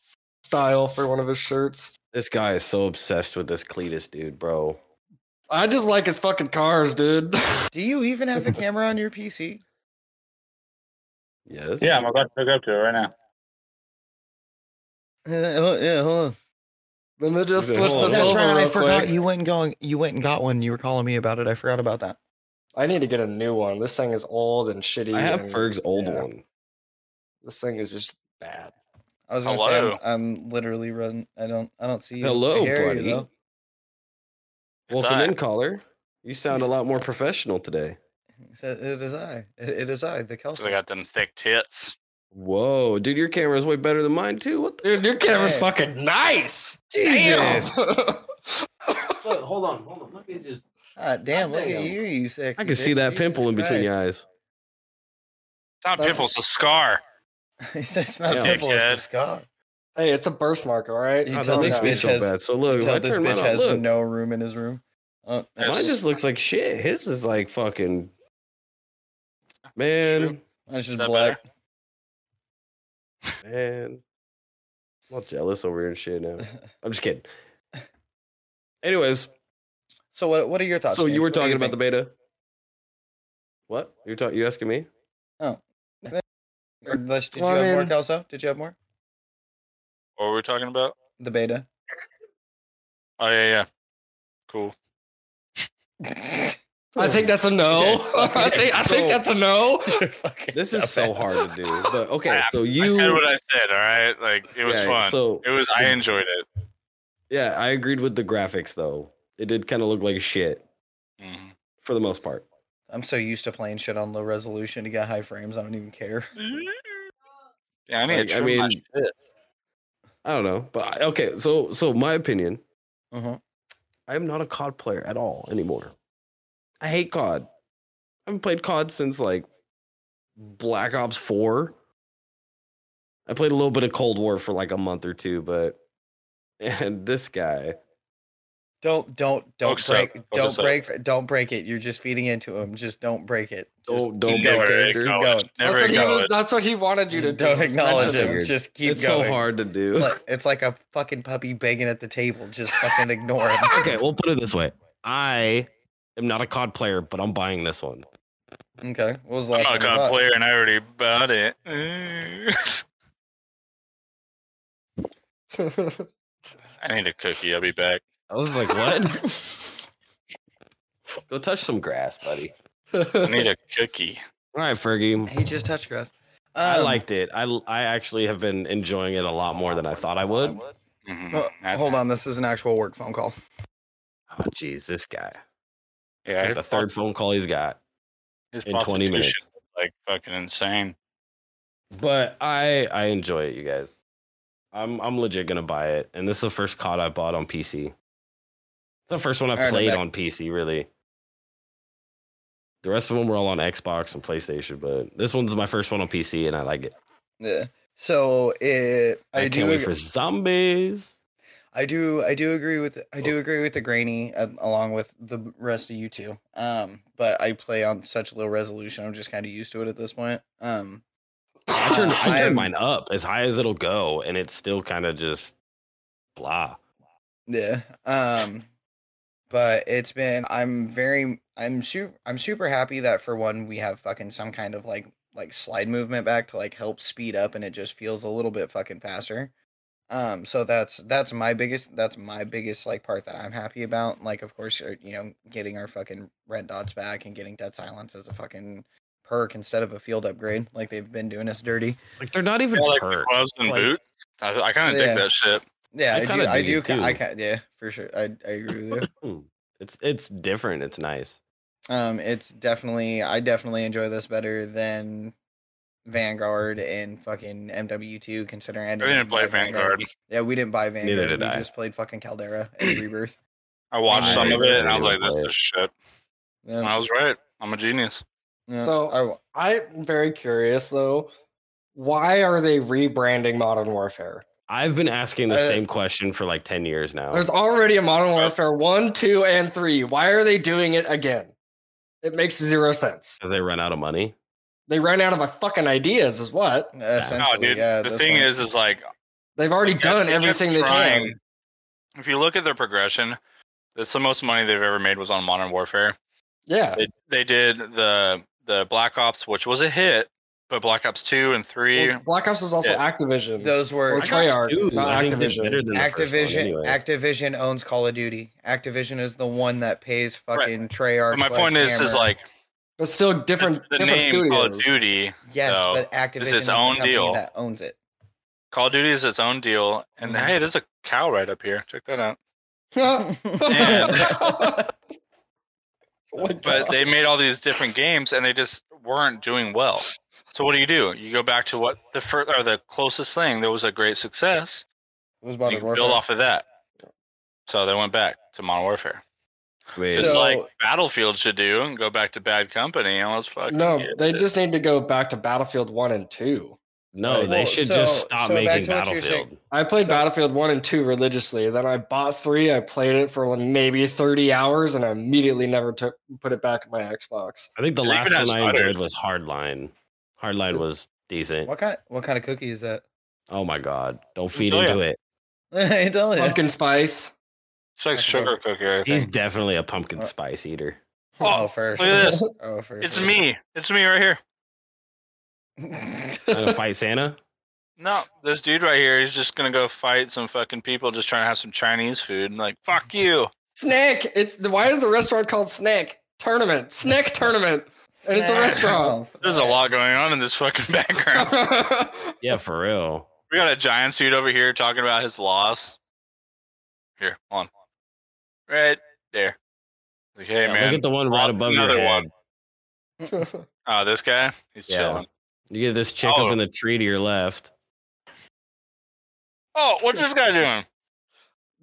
S2: style for one of his shirts.
S3: this guy is so obsessed with this Cletus dude, bro.
S2: I just like his fucking cars, dude.
S4: do you even have a camera on your PC?
S3: Yes.
S7: Yeah, I'm about to hook up to it right now.
S4: Uh, oh, yeah, hold on.
S2: Let me just
S3: Dude,
S2: switch
S3: hold
S2: this
S3: on.
S4: That's
S2: over
S4: right.
S2: real
S4: I forgot
S2: quick.
S4: you went and going. You went and got one. You were calling me about it. I forgot about that.
S2: I need to get a new one. This thing is old and shitty.
S3: I have
S2: and
S3: Ferg's old
S2: yeah.
S3: one.
S2: This thing is just bad.
S4: I was gonna say
S6: Hello.
S4: I'm, I'm literally run. I don't. I don't see you. I
S3: Hello,
S4: hear you,
S3: buddy.
S4: though.
S3: Welcome
S6: I.
S3: in, caller. You sound a lot more professional today.
S4: He said, It is I. It, it is I. The Kelsey.
S6: them thick tits.
S3: Whoa, dude, your camera's way better than mine too. What the
S2: Dude, your camera's
S4: Hey.
S2: fucking nice.
S3: Jesus.
S2: Damn.
S3: hold on, hold on. Let me just
S4: God Ah, damn, look at
S3: Goddamn.
S4: you, you sick.
S3: I can see that pimple in between your eyes.
S6: Not
S2: That's-
S6: pimples, a scar.
S4: it's not
S3: Yeah.
S4: a pimple,
S6: Dickhead.
S4: it's a scar.
S2: hey, it's a birthmark, all right?
S4: You
S3: Oh,
S4: tell
S3: that makes
S4: this
S3: me
S4: bitch
S3: so
S4: has-
S3: bad. So look,
S4: Tell
S3: I
S4: this
S3: turned mine
S4: bitch
S3: on.
S4: has
S3: Look,
S4: no room in his room. Oh,
S6: Yes.
S3: mine just looks like shit. His is like fucking man,
S4: That's just
S6: that
S4: black.
S3: man. I'm all jealous over here and shit now. I'm just kidding. Anyways,
S4: so what? What are your thoughts?
S3: so
S4: James?
S3: you were
S4: What do
S3: talking about the
S4: think?
S3: beta. What? You're talking you asking me?
S4: Or unless- did
S2: Well,
S4: you
S2: I
S4: have more,
S2: mean-
S4: Kelso? Did you have more?
S6: What were we talking about?
S4: The beta.
S6: Oh yeah, yeah. Cool.
S2: I think that's a no.
S4: Okay.
S2: I think I think
S3: So-
S2: that's a no.
S3: This is so hard to do. But okay, so you
S6: I said what I said. All right, like it was
S3: Yeah,
S6: fun.
S3: So
S6: it was. I enjoyed it.
S3: yeah, I agreed with the graphics though. It did kind of look like shit
S6: Mhm.
S7: Mm-hmm.
S3: for the most part.
S4: I'm so used to playing shit on low resolution to get high frames. I don't even care.
S6: Yeah, I need.
S3: Like,
S6: to
S3: I
S6: trim my
S3: mean-
S6: shit.
S3: I don't know, but I- okay. So, so my opinion,
S4: Uh-huh.
S3: I am not a COD player at all anymore. I hate COD. I haven't played COD since like Black Ops Four. I played a little bit of Cold War for like a month or two, but and this guy,
S4: Don't don't don't
S6: Focus up,
S4: break
S6: focus
S4: don't
S6: up.
S4: break don't break it. You're just feeding into him. Just don't break it. Just
S3: Don't- don't break
S4: keep
S3: it.
S4: going.
S6: Never
S3: Keep
S6: acknowledge.
S4: going.
S6: Never
S2: that's, what he was,
S6: acknowledge.
S2: that's what he wanted you to do.
S4: don't
S2: was
S4: acknowledge
S2: mention
S3: mentioned
S4: him.
S3: it.
S4: Just keep
S3: it's
S4: going.
S3: so hard to do.
S4: It's like, it's like a fucking puppy begging at the table. Just fucking ignore him.
S3: okay, we'll put it this way: I am not a COD player, but I'm buying this one.
S4: Okay. What was the
S6: I'm
S4: last
S6: not a
S4: one you
S6: COD
S4: bought?
S6: player, and I already bought it. Mm. I
S2: it.
S6: need a cookie. I'll be back.
S3: I was like, what? Go touch some grass, buddy.
S6: I need a cookie.
S3: All right, Fergie.
S4: He just touched grass.
S3: I
S4: Um,
S3: liked it. I I actually have been enjoying it a lot more than I thought I would.
S6: Mhm.
S4: well,
S6: I-
S4: hold on, this is an actual work phone call.
S3: Oh, jeez, this guy.
S6: Yeah, his
S3: the third
S6: pop-
S3: phone call he's got
S6: his
S3: in 20
S6: prostitution
S3: minutes.
S6: was, Like fucking insane.
S3: But I I enjoy it, you guys. I'm I'm legit gonna buy it, and this is the first COD I bought on PC. It's the first one I
S4: All right, I'm
S3: played
S4: back.
S3: on PC, really. The rest of them were all on Xbox and PlayStation, but this one's my first one on PC, and I like it.
S4: Yeah. So it,
S3: I,
S4: I,
S3: can't
S4: do
S3: wait
S4: ag-
S3: for zombies.
S4: I do I do agree with I do agree with the grainy uh, along with the b- rest of you two. Um, but I play on such low resolution. I'm just kind of used to it at this point. Um,
S3: I turned, I
S4: I'm-
S3: turned mine up as high as it'll go, and it's still kind of just blah.
S4: Yeah. Um but it's been I'm very I'm super I'm super happy that for one we have fucking some kind of like like slide movement back to like help speed up and it just feels a little bit fucking faster. Um so that's that's my biggest that's my biggest like part that I'm happy about. Like of course you're, you know getting our fucking red dots back and getting dead silence as a fucking perk instead of a field upgrade like they've been doing us dirty.
S3: Like they're not even
S6: Yeah, like the
S3: perks.
S6: gloves and
S3: Like-
S6: boots. I, I kind of
S4: Yeah.
S6: dig that shit.
S4: Yeah,
S3: I
S4: I, do
S3: kinda
S4: I
S3: dig it
S4: do ca- I
S3: too.
S4: can yeah, for sure. I I agree with you.
S3: Hmm. It's it's different. It's nice.
S4: Um, it's definitely I definitely enjoy this better than Vanguard and fucking MW2. Considering I
S6: I didn't play
S4: buy
S6: Vanguard.
S4: Yeah, we didn't buy Vanguard.
S3: did
S4: we
S3: I.
S4: just played fucking Caldera and Rebirth.
S6: I watched
S4: I
S6: some of it, and I was
S3: really
S6: like, "This
S3: played.
S6: is shit." And
S4: Yeah,
S6: I was right. I'm a genius.
S4: yeah,
S2: So-
S4: I w-
S2: I'm very curious though. Why are they rebranding Modern Warfare?
S3: I've been asking the
S4: Uh,
S3: same question for like ten years now.
S2: There's already a Modern Warfare one, two, and three. Why are they doing it again? It makes zero sense.
S3: 'Cause they run out of money.
S2: They ran out of my fucking ideas, is what
S4: essentially,
S6: No, dude.
S4: yeah,
S6: the
S4: that's
S6: thing
S4: why-
S6: is, is like
S2: they've already
S6: They kept-
S2: done
S6: they kept
S2: everything they
S6: trying.
S2: can.
S6: if you look at their progression, that's the most money they've ever made was on Modern Warfare.
S2: Yeah,
S6: They they did the the Black Ops, which was a hit, but Black Ops two and three.
S2: Well, Black Ops was also Activision.
S4: those were
S2: Or Treyarch,
S3: Dude,
S2: not
S3: I think did
S2: Activision.
S3: better than the first one
S4: Activision.
S3: anyway.
S4: Activision owns Call of Duty. Activision is the one that pays fucking Treyarch.
S6: But my
S4: slash
S6: point is, is
S4: Hammer.
S6: like
S2: but still different,
S6: the
S2: different
S6: name Call of
S2: studios.
S6: Duty.
S4: yes,
S6: so,
S4: but Activision is,
S6: its
S4: the
S6: own
S4: company
S6: deal.
S4: that owns it.
S6: Call of Duty is its own deal, and
S4: Mhm.
S6: hey, there's a cow right up here. Check that out.
S2: Yeah.
S6: And-
S2: Like,
S6: but they made all these different games and they just weren't doing well. So what do you do? You go back to what the first or the closest thing that was a great success.
S4: It was
S6: and You
S4: Modern Warfare.
S6: build off of that. So they went back to Modern Warfare.
S3: Wait,
S6: Just
S4: So-
S6: like Battlefield should do and go back to Bad Company and let's fucking
S2: no,
S6: get
S2: they
S6: it.
S2: just need to go back to Battlefield One and Two.
S3: no, they
S4: Well,
S3: should
S4: so-
S3: just stop
S4: so back
S3: making
S4: to what you're
S3: Battlefield.
S2: I played
S4: So-
S2: Battlefield One and Two religiously. Then I bought Three. I played it for like maybe thirty hours, and I immediately never took put it back in my Xbox.
S3: I think the
S6: It
S3: last
S6: even has
S3: one I
S6: butters.
S3: enjoyed was Hardline. Hardline was decent.
S4: What kind? What kind of cookie is that?
S3: Oh my god, don't feed
S6: tell ya.
S3: into it.
S4: I don't know.
S2: Pumpkin spice.
S6: it's like sugar cookie. I
S3: He's
S6: think.
S3: definitely a pumpkin
S4: Uh,
S3: spice eater.
S4: Oh,
S6: Oh,
S4: for
S6: look at
S4: sure. Oh, for
S6: It's
S4: sure.
S6: me. It's me right here.
S3: Gonna fight Santa?
S6: No, this dude right here is just gonna go fight some fucking people just trying to have some Chinese food and like fuck you.
S2: Snack. It's why is the restaurant called Snack Tournament? Snack Tournament. And it's a restaurant.
S6: There's a lot going on in this fucking background.
S3: Yeah, for real.
S6: we got a giant suit over here talking about his loss. Here, hold on. Right there. Like, hey
S3: Yeah,
S6: man,
S3: Look at the one right above your
S6: another
S3: head.
S6: one. Oh, this guy, he's
S3: Yeah.
S6: chilling.
S3: You get this chick
S6: Oh.
S3: up in the tree to your left.
S6: Oh, what's this guy doing?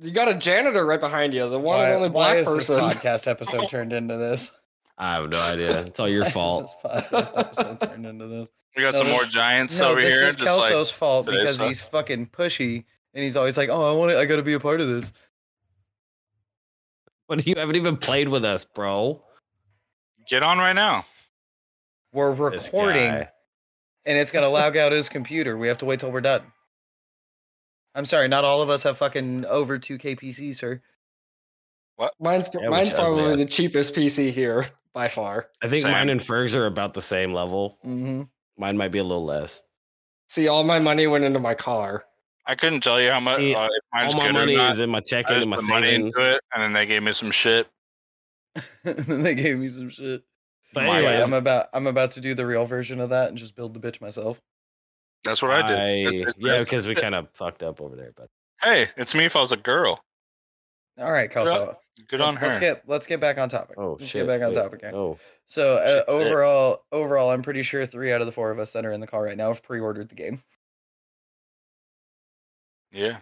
S2: you got a janitor right behind you, the one
S4: Why-
S2: and only
S4: why
S2: black
S4: is
S2: person.
S4: This podcast episode turned into this.
S3: I have no idea. It's all your
S4: Why is
S3: fault.
S4: this podcast episode turned into this.
S6: We got
S4: No,
S6: some
S4: this-
S6: more giants
S4: no,
S6: over
S4: this
S6: here.
S4: is
S6: Just like,
S4: Kelso's fault
S6: today's
S4: because
S6: stuff.
S4: he's fucking pushy and he's always like, "Oh, I want, to, I got to be a part of this."
S3: But you haven't even played with us, bro.
S6: get on right now.
S4: We're
S3: This
S4: recording,
S3: guy.
S4: and it's gonna log out his computer. We have to wait till we're done. I'm sorry, not all of us have fucking over 2k PC, sir.
S2: Mine's
S3: Yeah,
S2: mine's
S3: which I
S2: probably
S3: bet.
S2: the cheapest PC here by far.
S3: I think
S6: Same.
S3: mine and Ferg's are about the same level.
S4: Mm-hmm.
S3: Mine might be a little less.
S2: See, all my money went into my car.
S6: I couldn't tell you how much.
S3: See,
S6: uh, if mine's
S3: all my
S6: good
S3: money
S6: or not.
S3: is in my checking
S6: I just
S3: and my
S6: put money
S3: savings.
S6: into it, and then they gave me some shit.
S4: and then they gave me some shit.
S3: But
S6: My-
S3: anyways,
S4: I'm about I'm about to do the real version of that and just build the bitch myself.
S6: That's what I, did.
S3: I-
S6: That's-
S3: yeah,
S6: that's-
S3: because we kind of fucked up over there. But
S6: Hey, it's me if I was a girl.
S4: All right, Kelso.
S6: Good on her.
S4: Let's get let's get back on topic.
S3: oh
S4: let's
S3: shit!
S4: get back on
S3: wait,
S4: topic. again.
S3: Oh,
S4: So uh,
S3: Shit.
S4: overall, overall, I'm pretty sure three out of the four of us that are in the call right now have pre-ordered the game.
S6: yeah.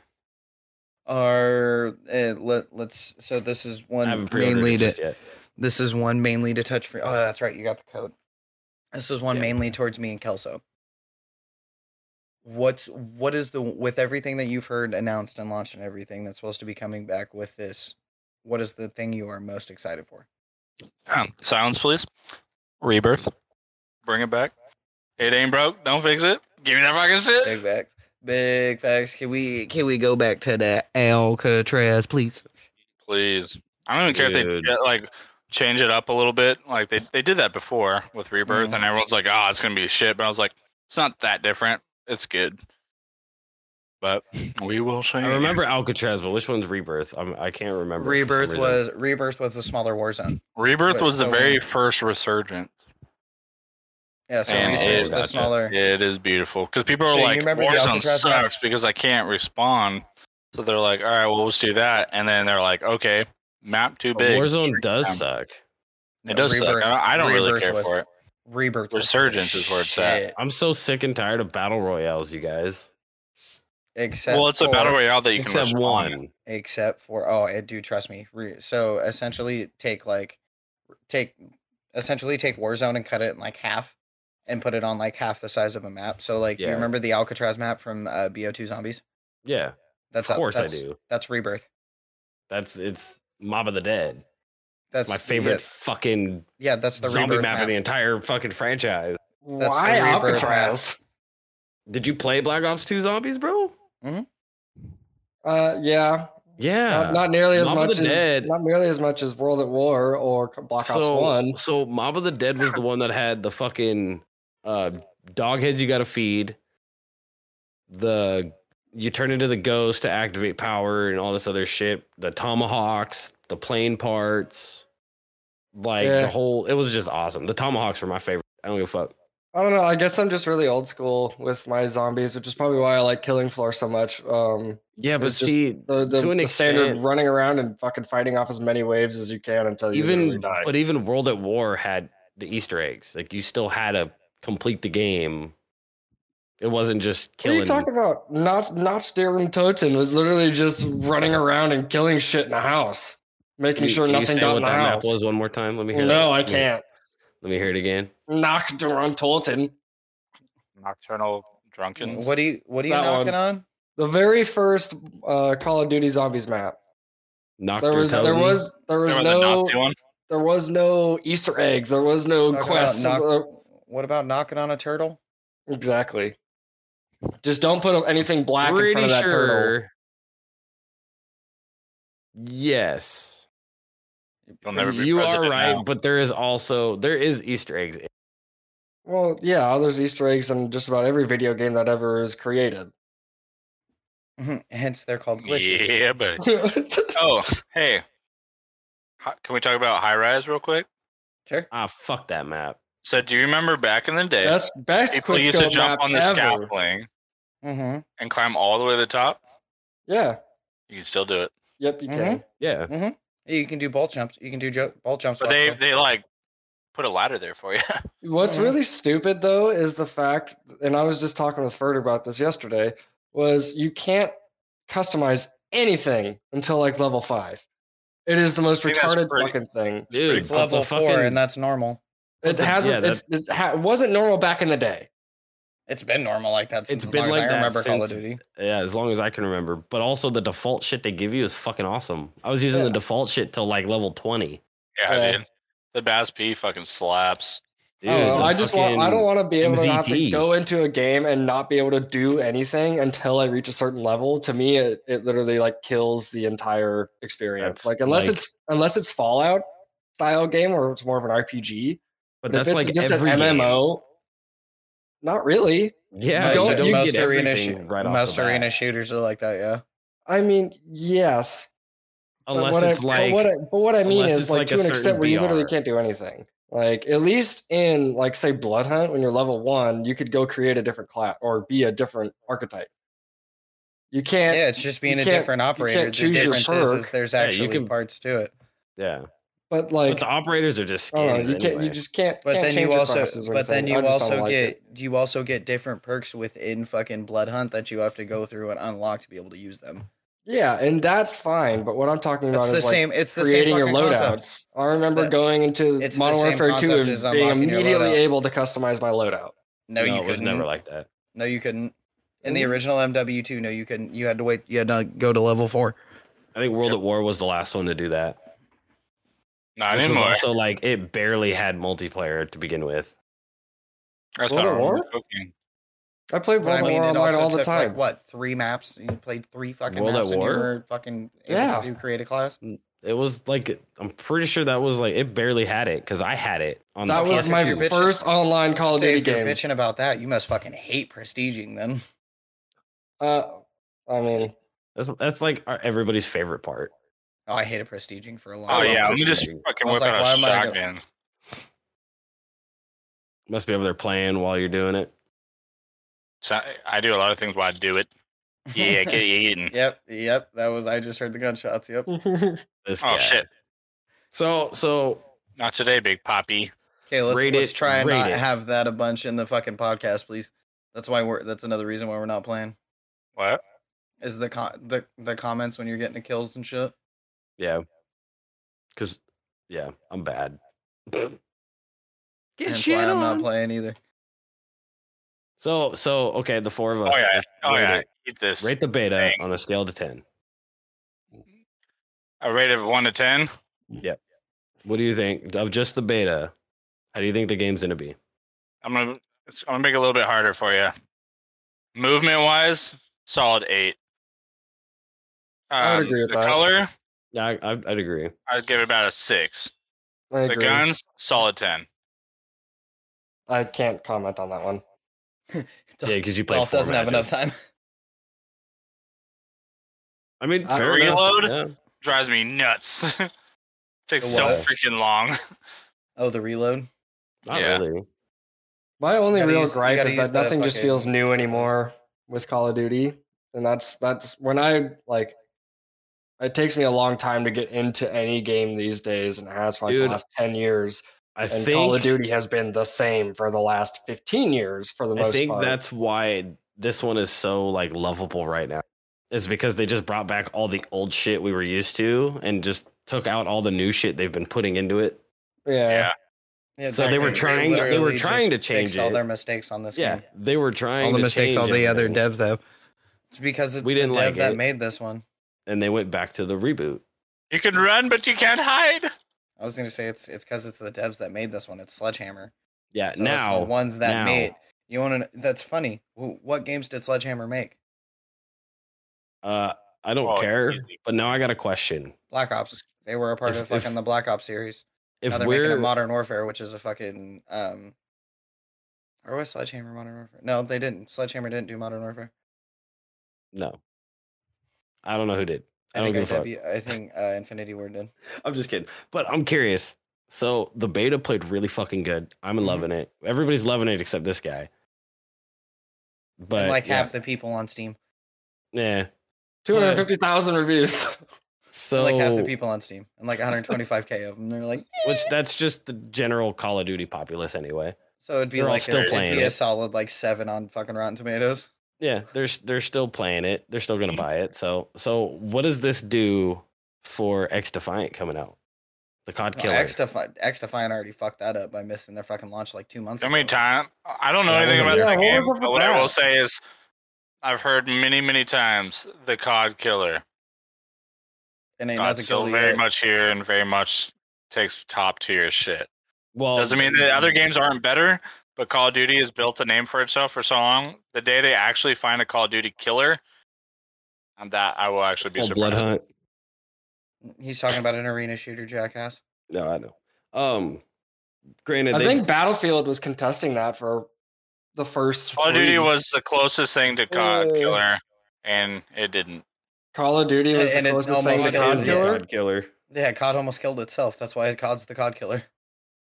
S4: Are uh, let let's so this is
S3: I
S4: one
S3: haven't pre-ordered
S4: mainly
S3: it
S4: to
S3: just yet.
S4: this is one mainly to touch for. Oh, that's right, you got the code. This is one
S3: Yeah.
S4: mainly towards me and Kelso. What's what is the with everything that you've heard announced and launched and everything that's supposed to be coming back with this? What is the thing you are most excited for?
S6: Um, silence, please. Rebirth. Bring it back. It ain't broke. Don't fix it. Give me that fucking shit.
S4: Big facts. Big facts. Can we can we go back to that Alcatraz, please?
S6: Please. I don't even care if
S3: Dude.
S6: they get, like change it up a little bit. Like they they did that before with Rebirth,
S3: Mm.
S6: and everyone's like, "Oh, it's gonna be shit," but I was like, "It's not that different. It's good." But we will see.
S3: I remember Alcatraz, but which one's Rebirth? I'm, I can't remember. for some
S4: Rebirth
S3: reason.
S4: was Rebirth was the smaller war zone.
S6: Rebirth
S4: Wait,
S6: was the
S4: so
S6: very
S4: when-
S6: first resurgent.
S4: Yeah, so
S6: And
S4: Rebirth
S6: it-
S4: the
S3: gotcha.
S4: smaller.
S6: It is beautiful because people are
S4: So you
S6: like,
S4: remember the
S6: Warzone
S4: Alcatraz
S6: sucks
S4: map?
S6: because I can't respond. So they're like, all right, well, let's do that. And then they're like, okay, map too
S3: But
S6: big.
S3: Warzone
S6: shrink
S3: does
S6: down.
S3: suck.
S4: no,
S6: It does suck. I don't, I don't really
S4: Rebirth
S6: care
S4: was-
S6: for it.
S4: Rebirth was the
S6: Resurgence is where it's at.
S4: shit,
S3: I'm so sick and tired of battle royales, you guys.
S4: Except
S6: Well, it's a
S4: for-
S6: battle royale that you can
S3: Except
S6: respond. in.
S3: one.
S4: Except for oh, I do trust me. Re- so essentially, take like take essentially take Warzone and cut it in like half, and put it on like half the size of a map. So like you
S3: Yeah.
S4: remember the Alcatraz map from uh, Bo2 Zombies?
S3: Yeah,
S4: That's
S3: of course
S4: that's,
S3: I do.
S4: That's Rebirth.
S3: That's it's Mob of the Dead. It's
S4: That's
S3: my favorite
S4: Yeah,
S3: fucking
S4: yeah, that's the
S3: zombie
S4: Rebirth
S3: map,
S4: map.
S3: in the entire fucking franchise.
S4: the
S2: Why
S4: rebirth map.
S2: Alcatraz?
S3: Did you play Black Ops 2 Zombies, bro?
S2: Uh, yeah,
S3: Yeah.
S2: not, not nearly as
S3: Mob of
S2: much
S3: the
S2: as
S3: Dead.
S2: not nearly as much as World at War or Black Ops
S3: so,
S2: One.
S3: so Mob of the Dead was the one that had the fucking uh, dog heads you got to feed. The you turn into the ghost to activate power and all this other shit. The tomahawks, the plane parts, like
S2: Yeah.
S3: the whole. It was just awesome. The tomahawks were my favorite. I don't give a fuck.
S2: I don't know. I guess I'm just really old school with my zombies, which is probably why I like Killing Floor so much. Um,
S3: Yeah, but
S2: it's just
S3: see,
S2: the, the,
S3: to an
S2: the standard
S3: extent-
S2: running around and fucking fighting off as many waves as you can until you literally
S3: even
S2: die.
S3: but even World at War had the Easter eggs. Like you still had to complete the game. It wasn't just
S2: What are
S3: killing.
S2: you talking about? Not Notch Darum Toten was literally just running around and killing shit in the house, making
S3: Can you-
S2: sure
S3: can you
S2: nothing
S3: say
S2: got
S3: what
S2: in the
S3: that map
S2: house.
S3: was one more time. Let me hear. that.
S2: No, I
S3: Let me-
S2: can't.
S3: Let me hear it again.
S2: Knock Darum Toten.
S6: Nocturnal drunkenness.
S4: What do you What are you
S2: That
S4: knocking
S2: one.
S4: on?
S2: The very first uh, Call of Duty Zombies map.
S3: Nocturne
S2: There was there
S3: Tony?
S2: was there was
S6: Remember the Nazi
S2: no
S6: one?
S2: there was no Easter eggs. There was no
S4: Talking about
S2: quest.
S4: knock-
S2: Uh,
S4: what about knocking on a turtle?
S2: Exactly. Just don't put anything black in front
S3: pretty
S2: of that turtle.
S3: sure. Yes.
S6: You'll never be
S3: you are
S6: president
S3: right,
S6: now.
S3: but there is also there is Easter eggs.
S2: Well, yeah, there's Easter eggs in just about every video game that ever is created.
S4: Mm-hmm, Hence, they're called glitches.
S6: Yeah, but
S2: Wait,
S6: oh, hey, Hi- can we talk about high rise real quick?
S4: Sure.
S3: Ah, fuck that map.
S6: So, do you remember back in the day,
S2: best best
S6: people
S2: quick
S6: used to
S2: scope
S6: jump
S2: map
S6: on the
S2: ever.
S6: scaffolding
S4: Mm-hmm.
S6: and climb all the way to the top?
S2: Yeah.
S6: You can still do it,
S2: Yep. You
S4: Mhm.
S2: can.
S3: Yeah,
S4: You can do bolt jumps. You can do jo- bolt jumps.
S6: but
S4: while
S6: they
S4: still-
S6: they like put a ladder there for you.
S2: What's
S4: Mhm.
S2: really stupid though is the fact, and I was just talking with Ferder about this yesterday, was you can't customize anything until like level five. It is the most
S6: I think that's
S2: retarded
S6: pretty-
S2: fucking thing.
S3: dude,
S4: it's
S3: put the
S4: level four,
S3: fucking-
S4: and that's normal.
S2: It
S3: the-
S2: hasn't.
S3: yeah,
S2: it's, it ha- wasn't normal back in the day.
S4: It's been normal like that
S3: It's
S4: since as
S3: been
S4: long
S3: like
S4: as I
S3: that
S4: remember Call of
S3: since-
S4: Duty.
S3: yeah, as long as I can remember. But also the default shit they give you is fucking awesome. I was using
S2: Yeah.
S3: the default shit till like level twenty.
S6: yeah,
S2: Yeah.
S6: dude. The Bass P fucking slaps.
S3: Dude,
S2: I, don't know,
S3: the
S2: I just want. I
S3: fucking-
S2: don't want to be able to have to
S3: MZT.
S2: go into a game and not be able to do anything until I reach a certain level. To me, it, it literally like kills the entire experience.
S3: That's
S2: like unless
S3: like-
S2: it's unless it's Fallout style game or it's more of an RPG.
S3: But
S2: if
S3: that's
S2: it's
S3: like
S2: just an
S3: every game.
S2: MMO. Not really. Most-
S3: Yeah, you
S2: you
S3: don't
S4: most
S3: get
S4: arena,
S3: everything
S4: shoo-
S3: right off
S4: most
S3: the bat.
S4: arena shooters are like that. Yeah.
S2: I mean, yes. But
S3: unless
S2: what
S3: it's
S2: I,
S3: like
S2: but what I, but what I mean
S3: unless
S2: is
S3: it's
S2: like,
S3: like
S2: to
S3: a
S2: an extent
S3: certain
S2: where you literally
S3: BR.
S2: can't do anything. Like at least in like say Blood Hunt, when you're level one, you could go create a different class or be a different archetype. You can't.
S4: Yeah, it's just being a
S2: can't-
S4: different operator.
S2: can't
S4: The
S2: choose your
S4: difference is, is
S2: perk.
S4: there's
S3: Yeah, you
S4: actually
S3: can-
S4: parts to it.
S3: yeah,
S2: But like,
S3: but the operators are just
S2: I don't know,
S3: scanned
S2: you can't.
S3: anyway.
S2: You just can't.
S4: But
S2: can't
S4: then
S2: change
S4: you
S2: your
S4: also,
S2: classes or
S4: but then
S2: anything.
S4: you
S2: I just don't
S4: also
S2: like
S4: get
S2: it.
S4: you also get different perks within fucking Blood Hunt that you have to go through and unlock to be able to use them.
S2: Yeah, and that's fine. But what I'm talking about
S4: It's the
S2: is like
S4: same. It's the same
S2: creating your
S4: fucking
S2: loadouts.
S4: concept.
S2: I remember
S4: That-
S2: going into
S4: it's the
S2: Modern
S4: same
S2: Warfare 2
S4: concept
S2: and
S4: as
S2: being
S4: unlocking your
S2: immediately
S4: loadout.
S2: able to customize my loadout.
S4: No, you
S3: it was
S4: couldn't.
S3: never like that.
S4: no, you couldn't. In
S2: Mm.
S4: the original MW2, no, you couldn't. You had to wait. You had to go to level four.
S3: I think World at War was the last one to do that.
S6: Not
S3: which was
S6: anymore.
S3: also like it barely had multiplayer to begin with.
S6: That's
S2: Was
S6: not
S2: it
S6: a
S2: war?
S6: joking.
S2: I played World
S4: But I mean,
S2: War
S4: it
S2: Online
S4: also
S2: all the
S4: took
S2: time.
S4: like what three maps? You played three fucking
S3: World at
S4: maps, and you
S3: War?
S4: were fucking able
S2: Yeah.
S4: to do create a class.
S3: It was like I'm pretty sure that was like it barely had it because I had it on.
S2: That
S3: the
S2: was
S4: fuck
S2: my
S4: if you're bitching.
S2: first online Call of
S4: Say
S2: Duty
S4: if you're
S2: game.
S4: bitching about that, you must fucking hate prestiging then.
S2: Uh, I mean,
S3: That's, that's like our, everybody's favorite part.
S4: Oh, I hated prestiging for a long
S6: Oh
S4: time.
S3: love
S6: yeah, let me just
S3: Christmas.
S6: fucking
S4: I was
S6: whip
S4: like, why
S6: out a
S4: am I gonna-
S6: shotgun.
S3: Must be over there playing while you're doing it.
S6: So I do a lot of things while I do it. Yeah, get eaten.
S4: Yep, yep. That was I just heard the gunshots. Yep.
S3: This
S6: Oh
S3: guy.
S6: shit,
S3: So so
S6: not today, big poppy.
S4: Okay, let's
S3: Rate
S4: let's
S3: it,
S4: try and
S3: rate
S4: not
S3: it.
S4: have that a bunch in the fucking podcast, please. That's why we're. That's another reason why we're not playing.
S6: What?
S4: Is the con- the the comments when you're getting the kills and shit.
S3: yeah, because yeah, I'm bad. Get
S4: Hence
S3: shit
S4: why I'm not
S3: on.
S4: playing either.
S3: so so okay, the four of us.
S6: Oh yeah,
S3: let's
S6: oh
S3: rate
S6: yeah.
S3: it.
S6: Eat this.
S3: Rate the beta
S6: Dang.
S3: on a scale to ten.
S6: A rate of one to ten.
S3: What do you think of just the beta? How do you think the game's gonna be?
S6: I'm gonna it's, I'm gonna make it a little bit harder for you. Movement wise, solid eight.
S2: I would
S6: Um,
S2: agree with
S6: the
S2: that.
S6: color,
S3: Yeah, I, I'd, I'd agree.
S6: I'd give it about a six.
S2: I
S6: The
S2: agree.
S6: guns, solid ten.
S2: I can't comment on that one.
S3: Yeah, because you play.
S4: Golf
S3: four
S4: doesn't have enough
S3: matches.
S4: time.
S3: I mean,
S2: Uh,
S3: fair enough,
S6: reload?
S3: yeah.
S6: Drives me nuts. Takes
S4: The
S6: so
S4: what?
S6: freaking long.
S4: Oh, the reload.
S3: Not
S6: Yeah.
S3: really.
S2: My only
S4: gotta
S2: real
S4: use- you
S2: gripe
S4: gotta
S2: is that
S4: use the
S2: nothing just
S4: fucking-
S2: feels new anymore with Call of Duty, and that's that's when I like. It takes me a long time to get into any game these days, and it has for like the
S3: Dude.
S2: last ten years.
S3: I
S2: And
S3: think
S2: Call of Duty has been the same for the last fifteen years for the
S3: I
S2: most
S3: think
S2: part.
S3: that's why this one is so like lovable right now. Is because they just brought back all the old shit we were used to and just took out all the new shit they've been putting into it.
S2: yeah.
S6: Yeah.
S4: Yeah,
S3: So they were trying- they were
S4: literally
S3: trying
S4: just
S3: to change
S4: fixed all
S3: it.
S4: their mistakes on this
S3: Yeah,
S4: game.
S3: they were trying
S4: all the
S3: to
S4: mistakes
S3: change
S4: all the other
S3: everything,
S4: devs have. It's because it's
S3: We
S4: the
S3: didn't
S4: dev
S3: like
S4: that
S3: it.
S4: made this one.
S3: and they went back to the reboot.
S6: You can run, but you can't hide.
S4: I was gonna say it's it's because it's the devs that made this one. It's Sledgehammer.
S3: Yeah,
S4: So it's
S3: Uh, now
S4: the ones that
S3: now.
S4: made. You want to? That's funny. Wh- What games did Sledgehammer make?
S3: uh, I don't
S6: Oh,
S3: care,
S6: easy.
S3: but now I got a question.
S4: Black Ops. They were a part
S3: If-
S4: of fucking
S3: if-
S4: the Black Ops series. now
S3: If
S4: they're making
S3: we're
S4: a Modern Warfare, which is a fucking um. Or was Sledgehammer Modern Warfare? No, they didn't. Sledgehammer didn't do Modern Warfare.
S3: no, I don't know who did. I,
S4: I,
S3: don't
S4: think
S3: give a fuck.
S4: IW I think uh, Infinity Ward did.
S3: I'm just kidding. But I'm curious. So the beta played really fucking good. I'm
S4: Mhm.
S3: loving it. Everybody's loving it except this guy. But
S4: and like
S3: yeah,
S4: half the people on Steam.
S3: yeah.
S2: Two hundred fifty thousand reviews.
S3: So
S4: like half the people on Steam, and like 125k of them. They're like,
S3: which that's just the general Call of Duty populace anyway.
S4: so it'd be
S3: They're all
S4: like
S3: still
S4: it'd
S3: playing
S4: be a
S3: it.
S4: solid like seven on fucking Rotten Tomatoes.
S3: Yeah, they're s- they're still playing it. They're still gonna
S6: Mhm.
S3: buy it. So so what does this do for X Defiant coming out? The COD
S4: No,
S3: Killer.
S4: X Defi- X Defiant already fucked that up by missing their fucking launch like two months.
S6: How many
S4: ago.
S6: times? I don't know
S3: Yeah,
S6: anything
S3: what
S6: about
S3: was
S6: the
S2: it? Yeah,
S6: game,
S2: what was it
S6: but what I
S2: about?
S6: will say is, I've heard many, many times the COD killer.
S4: And ain't
S6: COD
S4: nothing
S6: still
S4: killed it
S6: very
S4: yet.
S6: much here and very much takes top tier shit.
S3: well,
S6: Doesn't mean that other games aren't better, but Call of Duty has built a name for itself for so long. The day they actually find a Call of Duty killer, and that I will actually be
S3: oh,
S6: surprised.
S3: Blood Hunt.
S4: He's talking about an arena shooter, jackass.
S3: No, I know. Um, granted,
S2: I
S3: they,
S2: think Battlefield was contesting that for the first.
S6: Call of Duty
S2: three.
S6: was the closest thing to COD
S2: Uh,
S6: killer, and it didn't.
S2: Call of Duty was the
S4: And it
S2: closest thing to COD
S4: almost is, yeah.
S2: Killer.
S3: COD Killer.
S4: Yeah, COD almost killed itself. That's why COD's the COD killer.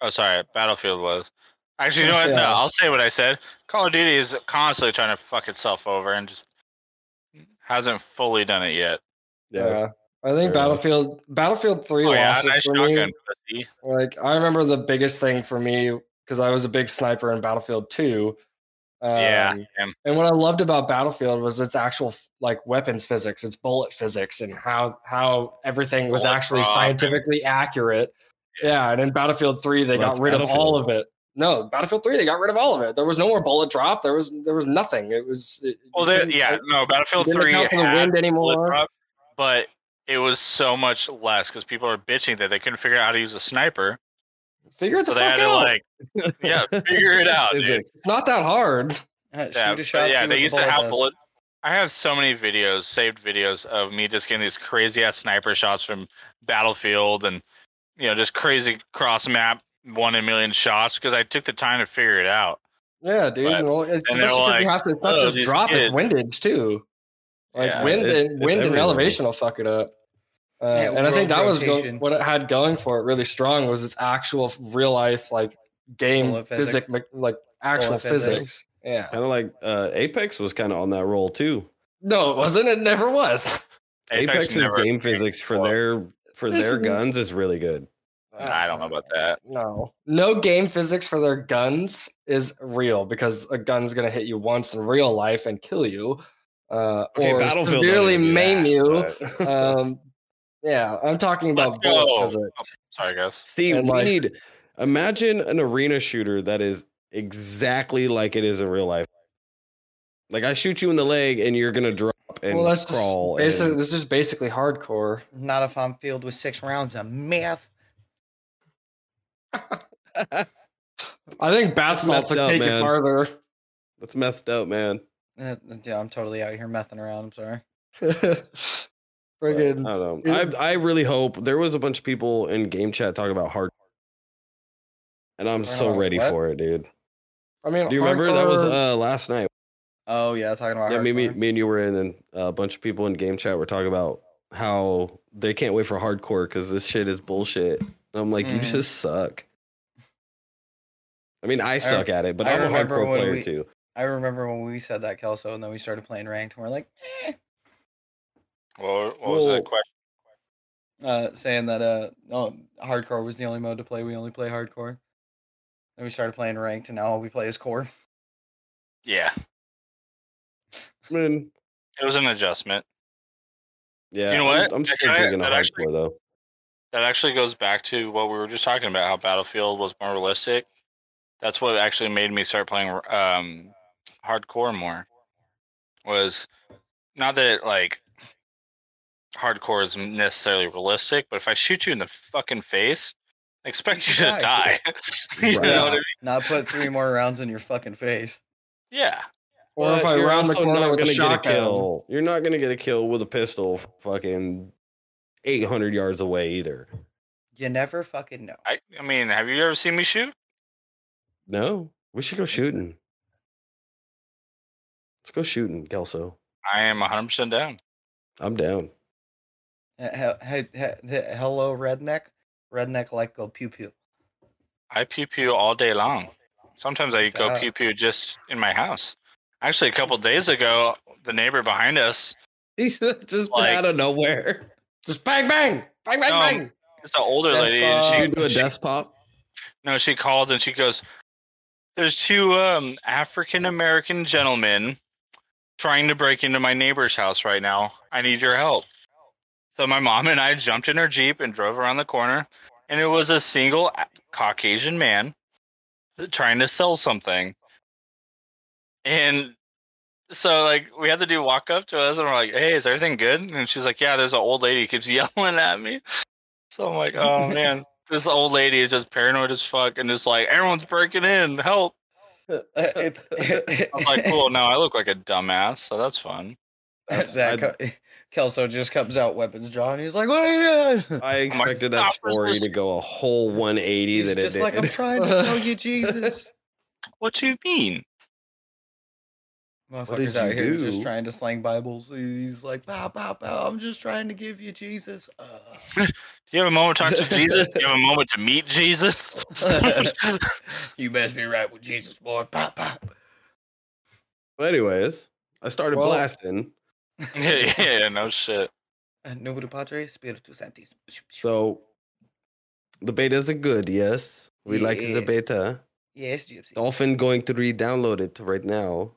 S6: Oh, sorry, Battlefield was. Actually, you know what? No,
S2: Yeah.
S6: I'll say what I said. Call of Duty is constantly trying to fuck itself over and just hasn't fully done it yet.
S2: Yeah. I think
S3: Fair enough.
S2: Battlefield Battlefield Three
S6: oh yeah,
S2: lost it
S6: nice
S2: for
S6: shotgun.
S2: me.
S6: pussy.
S2: Like I remember the biggest thing for me because I was a big sniper in Battlefield Two. Um,
S6: yeah, him.
S2: And what I loved about Battlefield was its actual like weapons physics, its bullet physics, and how how everything was
S6: Bullet
S2: actually
S6: drop.
S2: scientifically accurate. Yeah, and in Battlefield Three, they got
S3: Well, that's
S2: rid of all of it. No, Battlefield Three, they got rid of all of it. There was no more bullet drop. There was there was nothing. It was. It,
S6: Well,
S2: you
S6: there,
S2: couldn't-
S6: yeah,
S2: you
S6: no, Battlefield
S2: didn't
S6: Three
S2: account for the
S6: had
S2: wind
S6: bullet
S2: anymore.
S6: drop, but it was so much less because people are bitching that they couldn't figure out how to use a sniper,
S2: Figure it the
S6: so they
S2: fuck
S6: had to
S2: out.
S6: like, yeah, figure it out. dude.
S2: it's not that hard.
S4: Uh,
S6: Yeah,
S4: shoot a
S6: but
S4: shot.
S6: yeah,
S4: see
S6: they
S4: what the
S6: used to have
S4: does.
S6: bullet. I have so many videos, saved videos of me just getting these crazy ass sniper shots from Battlefield, and you know, just crazy cross map one in a million shots because I took the time to figure it out.
S2: Yeah, dude.
S6: But-
S2: well, it's
S6: and they're
S2: especially 'cause you
S6: like,
S2: have to. It's not
S6: "Oh,
S2: just
S6: these
S2: drop;
S6: kids."
S2: it's windage too. Like
S6: Yeah.
S2: wind,
S3: It's-
S2: and
S3: it's
S2: wind and
S3: everywhere.
S2: elevation will fuck it up. Uh,
S4: Yeah,
S2: and I think
S4: world
S2: that was go-
S4: rotation.
S2: what it had going for it really strong was its actual real life like game
S4: Bullet physics.
S2: physic me- like actual
S4: Bullet physics.
S2: physics. Yeah.
S3: Kind of like uh, Apex was kind of on that roll too.
S2: No, it wasn't. It never was.
S6: Apex
S3: Apex's
S6: never
S3: game
S6: came
S3: physics for
S6: before.
S3: their for
S2: This
S3: their
S2: is-
S3: guns is really good.
S6: I don't know about that.
S2: Uh, No, no game physics for their guns is real because a gun's gonna hit you once in real life and kill you, uh, or severely maim you. um, yeah, I'm talking
S6: Let's
S2: about bullet
S6: go.
S2: physics.
S6: Sorry, guys.
S3: See,
S2: and
S3: we
S2: like-
S3: need imagine an arena shooter that is exactly like it is in real life. Like I shoot you in the leg and you're gonna drop and
S2: Well, that's just
S3: crawl.
S2: basically
S3: and-
S2: this is basically hardcore.
S4: Not if I'm filled with six rounds of math.
S2: I think bath
S3: That's
S2: salts
S3: messed
S2: will
S3: up,
S2: take
S3: man.
S2: it farther.
S3: that's messed up, man.
S4: Uh, yeah, I'm totally out here messing around. I'm sorry.
S3: But, uh, I don't
S2: Friggin'
S3: know.
S2: Dude.
S3: I I really hope there was a bunch of people in game chat talking about hard, and I'm
S4: Talking
S3: so
S4: about
S3: ready
S4: what?
S3: for it, dude.
S2: I mean,
S3: Do you remember that was
S2: hardcore-
S3: uh, last night?
S4: Oh yeah, talking about
S3: Yeah, me, me,
S4: hardcore.
S3: me and you were in, and a bunch of people in game chat were talking about how they can't wait for
S2: Mm.
S3: hardcore because this shit is bullshit. And I'm like, you
S4: Mhm.
S3: just suck. I mean, I suck at it, but
S4: I
S3: I'm a
S4: remember
S3: hardcore
S4: when
S3: player
S4: we-
S3: too.
S4: I remember when we said that, Kelso, and then we started playing ranked, and we're like, eh.
S6: What, what was
S3: Well-
S6: that question?
S4: uh, saying that uh, oh, hardcore was the only mode to play. We only play hardcore. Then we started playing ranked, and now all we play is core.
S6: Yeah,
S3: I mean,
S6: it was an adjustment.
S3: yeah,
S6: You know
S3: I'm-
S6: what?
S3: I'm, still
S6: Actually,
S3: digging a
S6: that
S3: hardcore
S6: actually-
S3: though.
S6: That actually goes back to what we were just talking about, how Battlefield was more realistic. That's what actually made me start playing um, hardcore more. Was not that like hardcore is necessarily realistic, but if I shoot you in the fucking face, I expect you to die.
S4: die.
S6: you
S3: Right.
S6: know
S4: Not,
S6: what I mean?
S4: not put three more rounds in your fucking face.
S6: Yeah.
S2: Or if
S3: But
S2: I
S3: you're
S2: round the
S3: also
S2: corner
S3: not
S2: with a
S3: gonna get
S2: shotgun.
S3: kill. You're not gonna get a kill with a pistol, fucking 800 yards away either.
S4: You never fucking know.
S6: I, I mean, have you ever seen me shoot?
S3: No, we should go shooting. Let's go shooting, Kelso.
S6: I am 100% down.
S3: I'm down.
S4: Uh, he- he- he- he- hello, redneck. Redneck like go pew pew.
S6: I pew pew all day long. Sometimes I
S4: What's
S6: go
S4: that?
S6: pew pew just in my house. Actually, a couple days ago, the neighbor behind us,
S3: He's just
S6: Like- Oh,
S3: out of nowhere.
S2: Just bang, bang, bang, bang, uh,
S6: No,
S2: bang.
S6: it's an older
S4: That's
S6: lady. And
S3: You do a desk pop.
S6: she, no, she called and she goes, "There's two um, African American gentlemen trying to break into my neighbor's house right now. I need your help." So my mom and I jumped in her jeep and drove around the corner, and it was a single a- Caucasian man trying to sell something. And so like we had to do walk up to us and we're like, Hey, is everything good? And she's like, Yeah, there's an old lady who keeps yelling at me. So I'm like, Oh man, this old lady is just paranoid as fuck and just like everyone's breaking in, help.
S4: Uh, it's,
S6: I was like, Cool, now I look like a dumbass, so that's fun.
S4: Zach,
S3: I-
S4: co- Kelso just comes out weapons draw, and he's like, "What are you doing?"
S3: I expected
S6: "God,
S3: that
S6: we're
S3: story
S6: supposed
S3: to go a whole 180
S4: He's
S3: that it
S4: just
S3: did.
S4: like, "I'm trying to sell you Jesus."
S6: What do you mean?
S4: Motherfuckers
S3: did
S4: out
S3: you
S4: here just
S3: do?
S4: trying to slang Bibles. He's like, "Bow, bow, bow." I'm just trying to give you Jesus. Uh.
S6: Do you have a moment to talk to Jesus? Do you have a moment to meet Jesus?
S4: you best be right with Jesus, boy. Pop, pop.
S3: But anyways, I started
S2: Well-
S3: blasting.
S6: yeah, yeah, no shit.
S4: Nobody Padre, Spiritu Santis.
S3: So the beta isn't good, yes. We like the
S4: Yeah.
S3: beta.
S4: yes, Gypsy.
S3: Dolphin going to re-download it right now.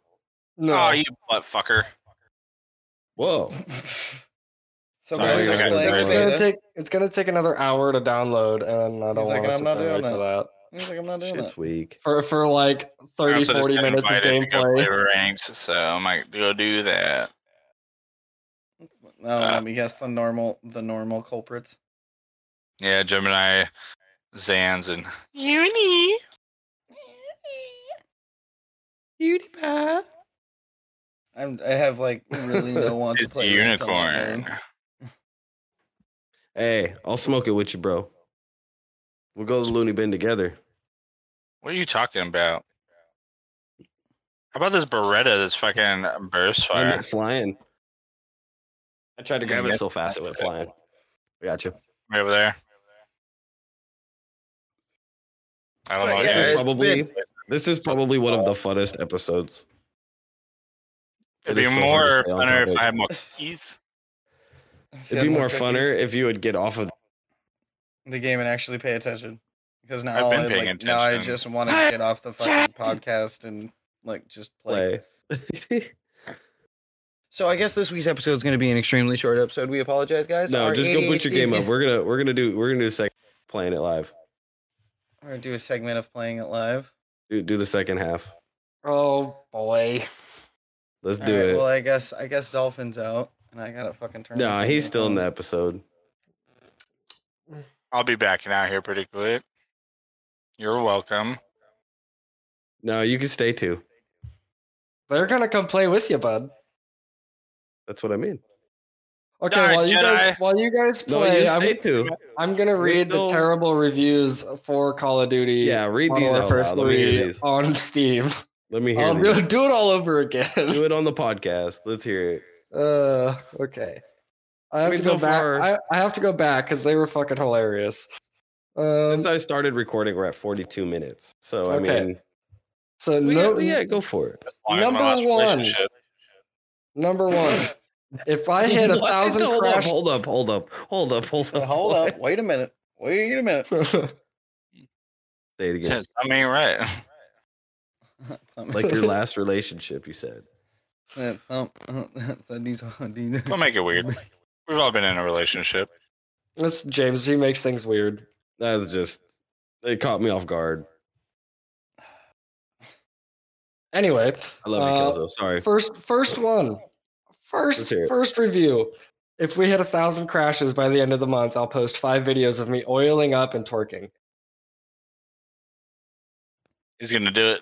S2: No,
S6: Oh, you butt fucker.
S3: Whoa.
S4: so
S3: Sorry,
S4: guys
S3: I
S4: are
S3: got
S2: it's
S4: playing
S3: nervous.
S2: gonna
S4: beta.
S2: take it's gonna take another hour to download, and I don't
S4: He's like,
S2: want to
S4: "I'm
S2: sit
S4: not
S2: there and wait
S4: doing
S2: for that
S4: He's like, I'm not doing
S3: Shit's
S4: that.
S3: weak.
S2: for for like 30,
S6: also just
S2: 40
S6: got
S2: minutes of
S6: invited to go
S2: gameplay.
S6: play ranks, so I might go do that.
S4: No,
S3: Ah.
S6: Uh,
S4: let me guess the normal, the normal culprits.
S6: Yeah, Gemini, Zans, and Uni.
S4: I'm, I have like really no want to
S6: It's
S4: play ranked on that
S6: unicorn.
S4: game.
S3: Hey, I'll smoke it with you, bro. We'll go to Looney Bin together.
S6: What are you talking about? How about this Beretta that's fucking burst
S3: I'm
S6: fire?
S3: not flying. I tried to grab
S6: Yeah.
S3: it so fast it went flying. We got you.
S6: Right over there. I don't
S4: But
S6: know.
S4: yeah,
S3: this is
S4: it's
S3: probably
S4: been-
S3: this is probably one of the funnest episodes.
S6: It'd
S3: it
S6: be
S3: is so hard to stay
S6: more
S3: on
S6: funner if
S3: topic.
S6: I had more keys.
S4: If
S3: It'd
S4: you had
S3: be more
S4: cookies,
S3: funner if you would get off of
S4: the game and actually pay attention. Because now,
S6: I've been
S4: I,
S6: paying
S4: like, now I
S6: attention.
S4: just want to get off the fucking podcast and like just play.
S3: play.
S4: So I guess this week's episode is going to be an extremely short episode. We apologize, guys.
S3: no,
S4: Our
S3: just go put your
S4: ADHD is
S3: game up.
S4: gonna-
S3: We're gonna we're gonna do we're gonna do a second playing it live.
S4: We're gonna do a segment of playing it live.
S3: Do, do the second half.
S2: Oh boy.
S3: Let's
S4: All
S3: do
S4: right,
S3: it.
S4: Well, I guess I guess Dolphin's out, and I gotta fucking turn.
S3: nah,
S4: this
S3: he's
S4: thing
S3: still in
S4: on.
S3: the episode.
S6: I'll be backing out here pretty quick. You're welcome.
S3: No, you can stay too.
S2: They're gonna come play with you, bud.
S3: That's what I mean.
S2: Okay,
S6: Darn
S2: while you guys
S6: Jedi.
S2: while you guys
S3: No,
S2: play,
S3: you stay
S2: I'm,
S3: too.
S2: I'm gonna
S3: We're
S2: read
S3: still-
S2: the terrible reviews for Call of Duty.
S3: Yeah, read
S2: Modern
S3: these out
S2: Warfare
S3: loud. Let me hear
S2: 3
S3: these.
S2: on Steam.
S3: Let me hear
S2: I'll
S3: these.
S2: do, do it all over again.
S3: Do it on the podcast. Let's hear it.
S2: Uh, okay. I have
S3: mean,
S2: to go
S3: so
S2: back.
S3: far-
S2: I, I have to go back because they were fucking hilarious. Um,
S3: Since I started recording, we're at 42 minutes. So I
S2: Okay.
S3: mean,
S2: so
S3: we-
S2: no,
S3: yeah, go for it.
S6: That's why I'm in my
S2: Number
S6: last
S2: one.
S6: relationship.
S2: number one. If I hit a
S3: What?
S2: thousand
S3: hold
S2: crash,
S3: Up, hold up, hold up, hold up, hold up.
S4: Hold up. Wait a minute. Wait a minute.
S3: Say it again.
S6: Yes, I mean, right.
S4: Something-
S3: like your last relationship, you said.
S4: Uh, um, uh, so these are- these-
S6: Don't make it weird. We've all been in a relationship.
S2: that's James. He makes things weird.
S3: That was just it caught me off guard.
S2: Anyway,
S3: I love
S2: uh,
S3: you, Kelso. Sorry.
S2: First, first one,
S3: Let's
S2: first,
S3: hear it.
S2: first review. If we hit a thousand crashes by the end of the month, I'll post five videos of me oiling up and torquing.
S6: He's gonna do it.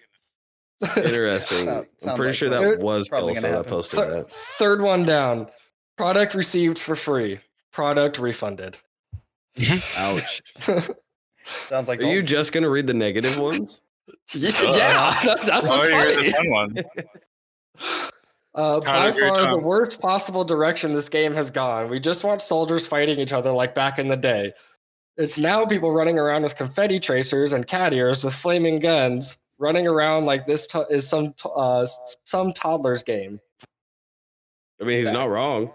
S3: Interesting.
S4: Sound-
S3: I'm
S4: sounds
S3: pretty
S4: like
S3: sure
S4: that.
S3: that was
S4: Probably
S3: Kelso
S4: gonna
S3: that
S4: happen.
S3: posted
S2: Th-
S3: that.
S2: third one down. Product received for free. Product
S3: Uh,
S2: refunded.
S3: Ouch.
S4: Sounds like
S3: Are you just gonna read the negative ones?
S2: yeah,
S6: Uh-huh.
S2: that's, that's
S6: oh,
S2: what's
S6: here's
S2: funny.
S6: a fun one.
S2: Uh, by
S6: Tyler, your
S2: far the
S6: turn.
S2: worst possible direction this game has gone. We just want soldiers fighting each other like back in the day. It's now people running around with confetti tracers and cat ears with flaming guns, running around like this to- is some to- uh, s- some toddler's game.
S3: I mean, he's not wrong.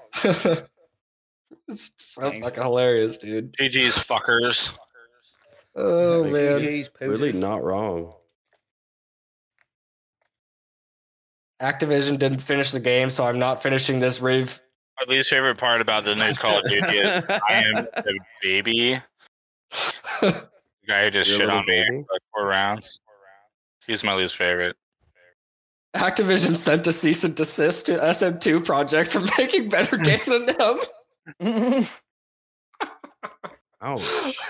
S2: it's so
S4: Thanks.
S2: fucking hilarious, dude.
S6: GG's fuckers.
S2: Oh man,
S4: Jeez, pooches.
S3: Really not wrong.
S2: Activision didn't finish the game, so I'm not finishing this rave.
S6: My least favorite part about the new Call of Duty is I am the baby. The guy who just
S3: You're a
S6: shit
S3: little
S6: on me
S3: baby?
S6: for like four rounds. He's my least favorite.
S2: Activision sent a cease and desist to SM2 Project for making better game than them.
S4: Oh,
S3: Ouch.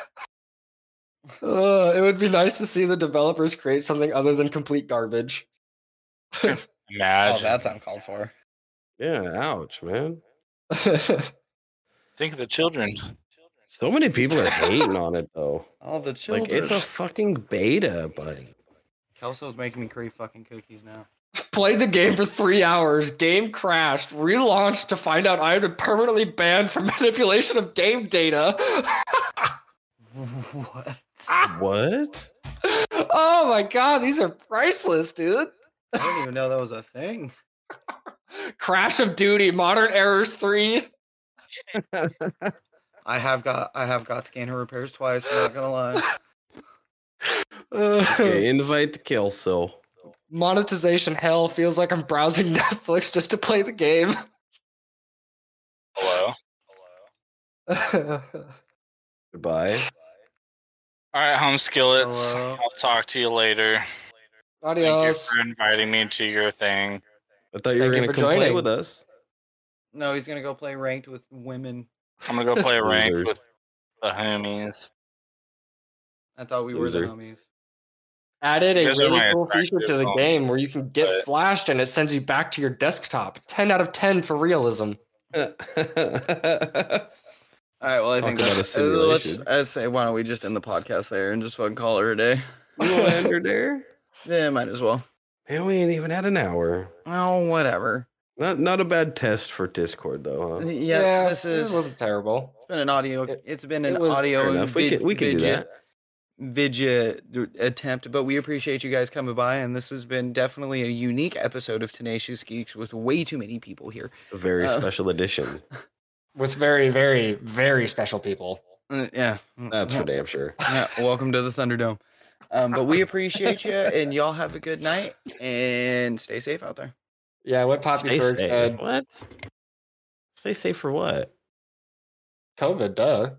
S2: Uh, it would be nice to see the developers create something other than complete garbage.
S4: oh,
S6: Imagine.
S4: that's uncalled for.
S3: Yeah, ouch, man.
S6: Think of the children.
S3: So many people are hating on it though.
S4: All the
S3: Like
S4: children.
S3: it's a fucking beta, buddy.
S4: Kelso's making me crave fucking cookies now.
S2: Played the game for three hours, game crashed, relaunched to find out I had been permanently banned from manipulation of game data.
S4: what?
S3: What?
S2: oh my god, these are priceless, dude.
S4: I didn't even know that was a thing.
S2: Crash of Duty, Modern Errors 3.
S4: I have got I have got scanner repairs twice. I'm not gonna lie.
S2: Uh,
S3: Okay, invite to Kelso.
S2: Monetization hell feels like I'm browsing Netflix just to play the game.
S6: Hello.
S3: Goodbye.
S6: All right, home skillets.
S4: Hello.
S6: I'll talk to you later.
S2: Adios.
S6: Thank you for inviting me to your thing.
S3: I thought you were
S2: Thank you
S3: gonna
S2: for
S3: come play
S2: joining.
S3: with us.
S4: No, he's gonna go play ranked with women.
S6: I'm gonna go play ranked
S3: Losers.
S6: with the homies.
S4: I thought we
S3: Loser.
S4: were the homies.
S2: added a
S6: Those are
S2: really
S6: my
S2: cool feature to
S6: attractive
S2: the
S6: songs,
S2: game where you can get
S6: but-
S2: flashed and it sends you back to your desktop. 10 out of 10 for realism.
S4: All right. Well, I
S3: Talk
S4: think
S3: about
S4: that's,
S3: a
S4: uh, let's.
S3: simulation.
S4: I say, why don't we just end the podcast there and just fucking call her a day?
S3: you want to end her there?
S4: Yeah, might as well.
S3: Man, we ain't even had an hour.
S4: Oh, whatever.
S3: Not not a bad test for Discord though. Huh?
S4: Yeah, this is. It's
S2: wasn't terrible.
S4: been an audio.
S2: it-
S4: It's been
S2: it
S4: an
S2: was-
S4: audio.
S3: Fair
S4: and
S3: enough. We
S4: vid-
S3: can we can do
S4: vidya-
S3: that.
S4: vidya attempt, but we appreciate you guys coming by, and this has been definitely a unique episode of Tenacious Geeks with way too many people here.
S3: A very
S4: Uh,
S3: special edition.
S2: With very, very, very special people.
S4: Uh, yeah,
S3: That's
S4: yeah,
S3: for damn sure.
S4: yeah, welcome to the Thunderdome. Um, but we appreciate you, and y'all have a good night, and stay safe out there.
S2: Yeah, what Poppy
S3: Stay
S2: Ferg
S3: safe.
S2: said
S3: What? Stay safe for what?
S2: COVID, duh.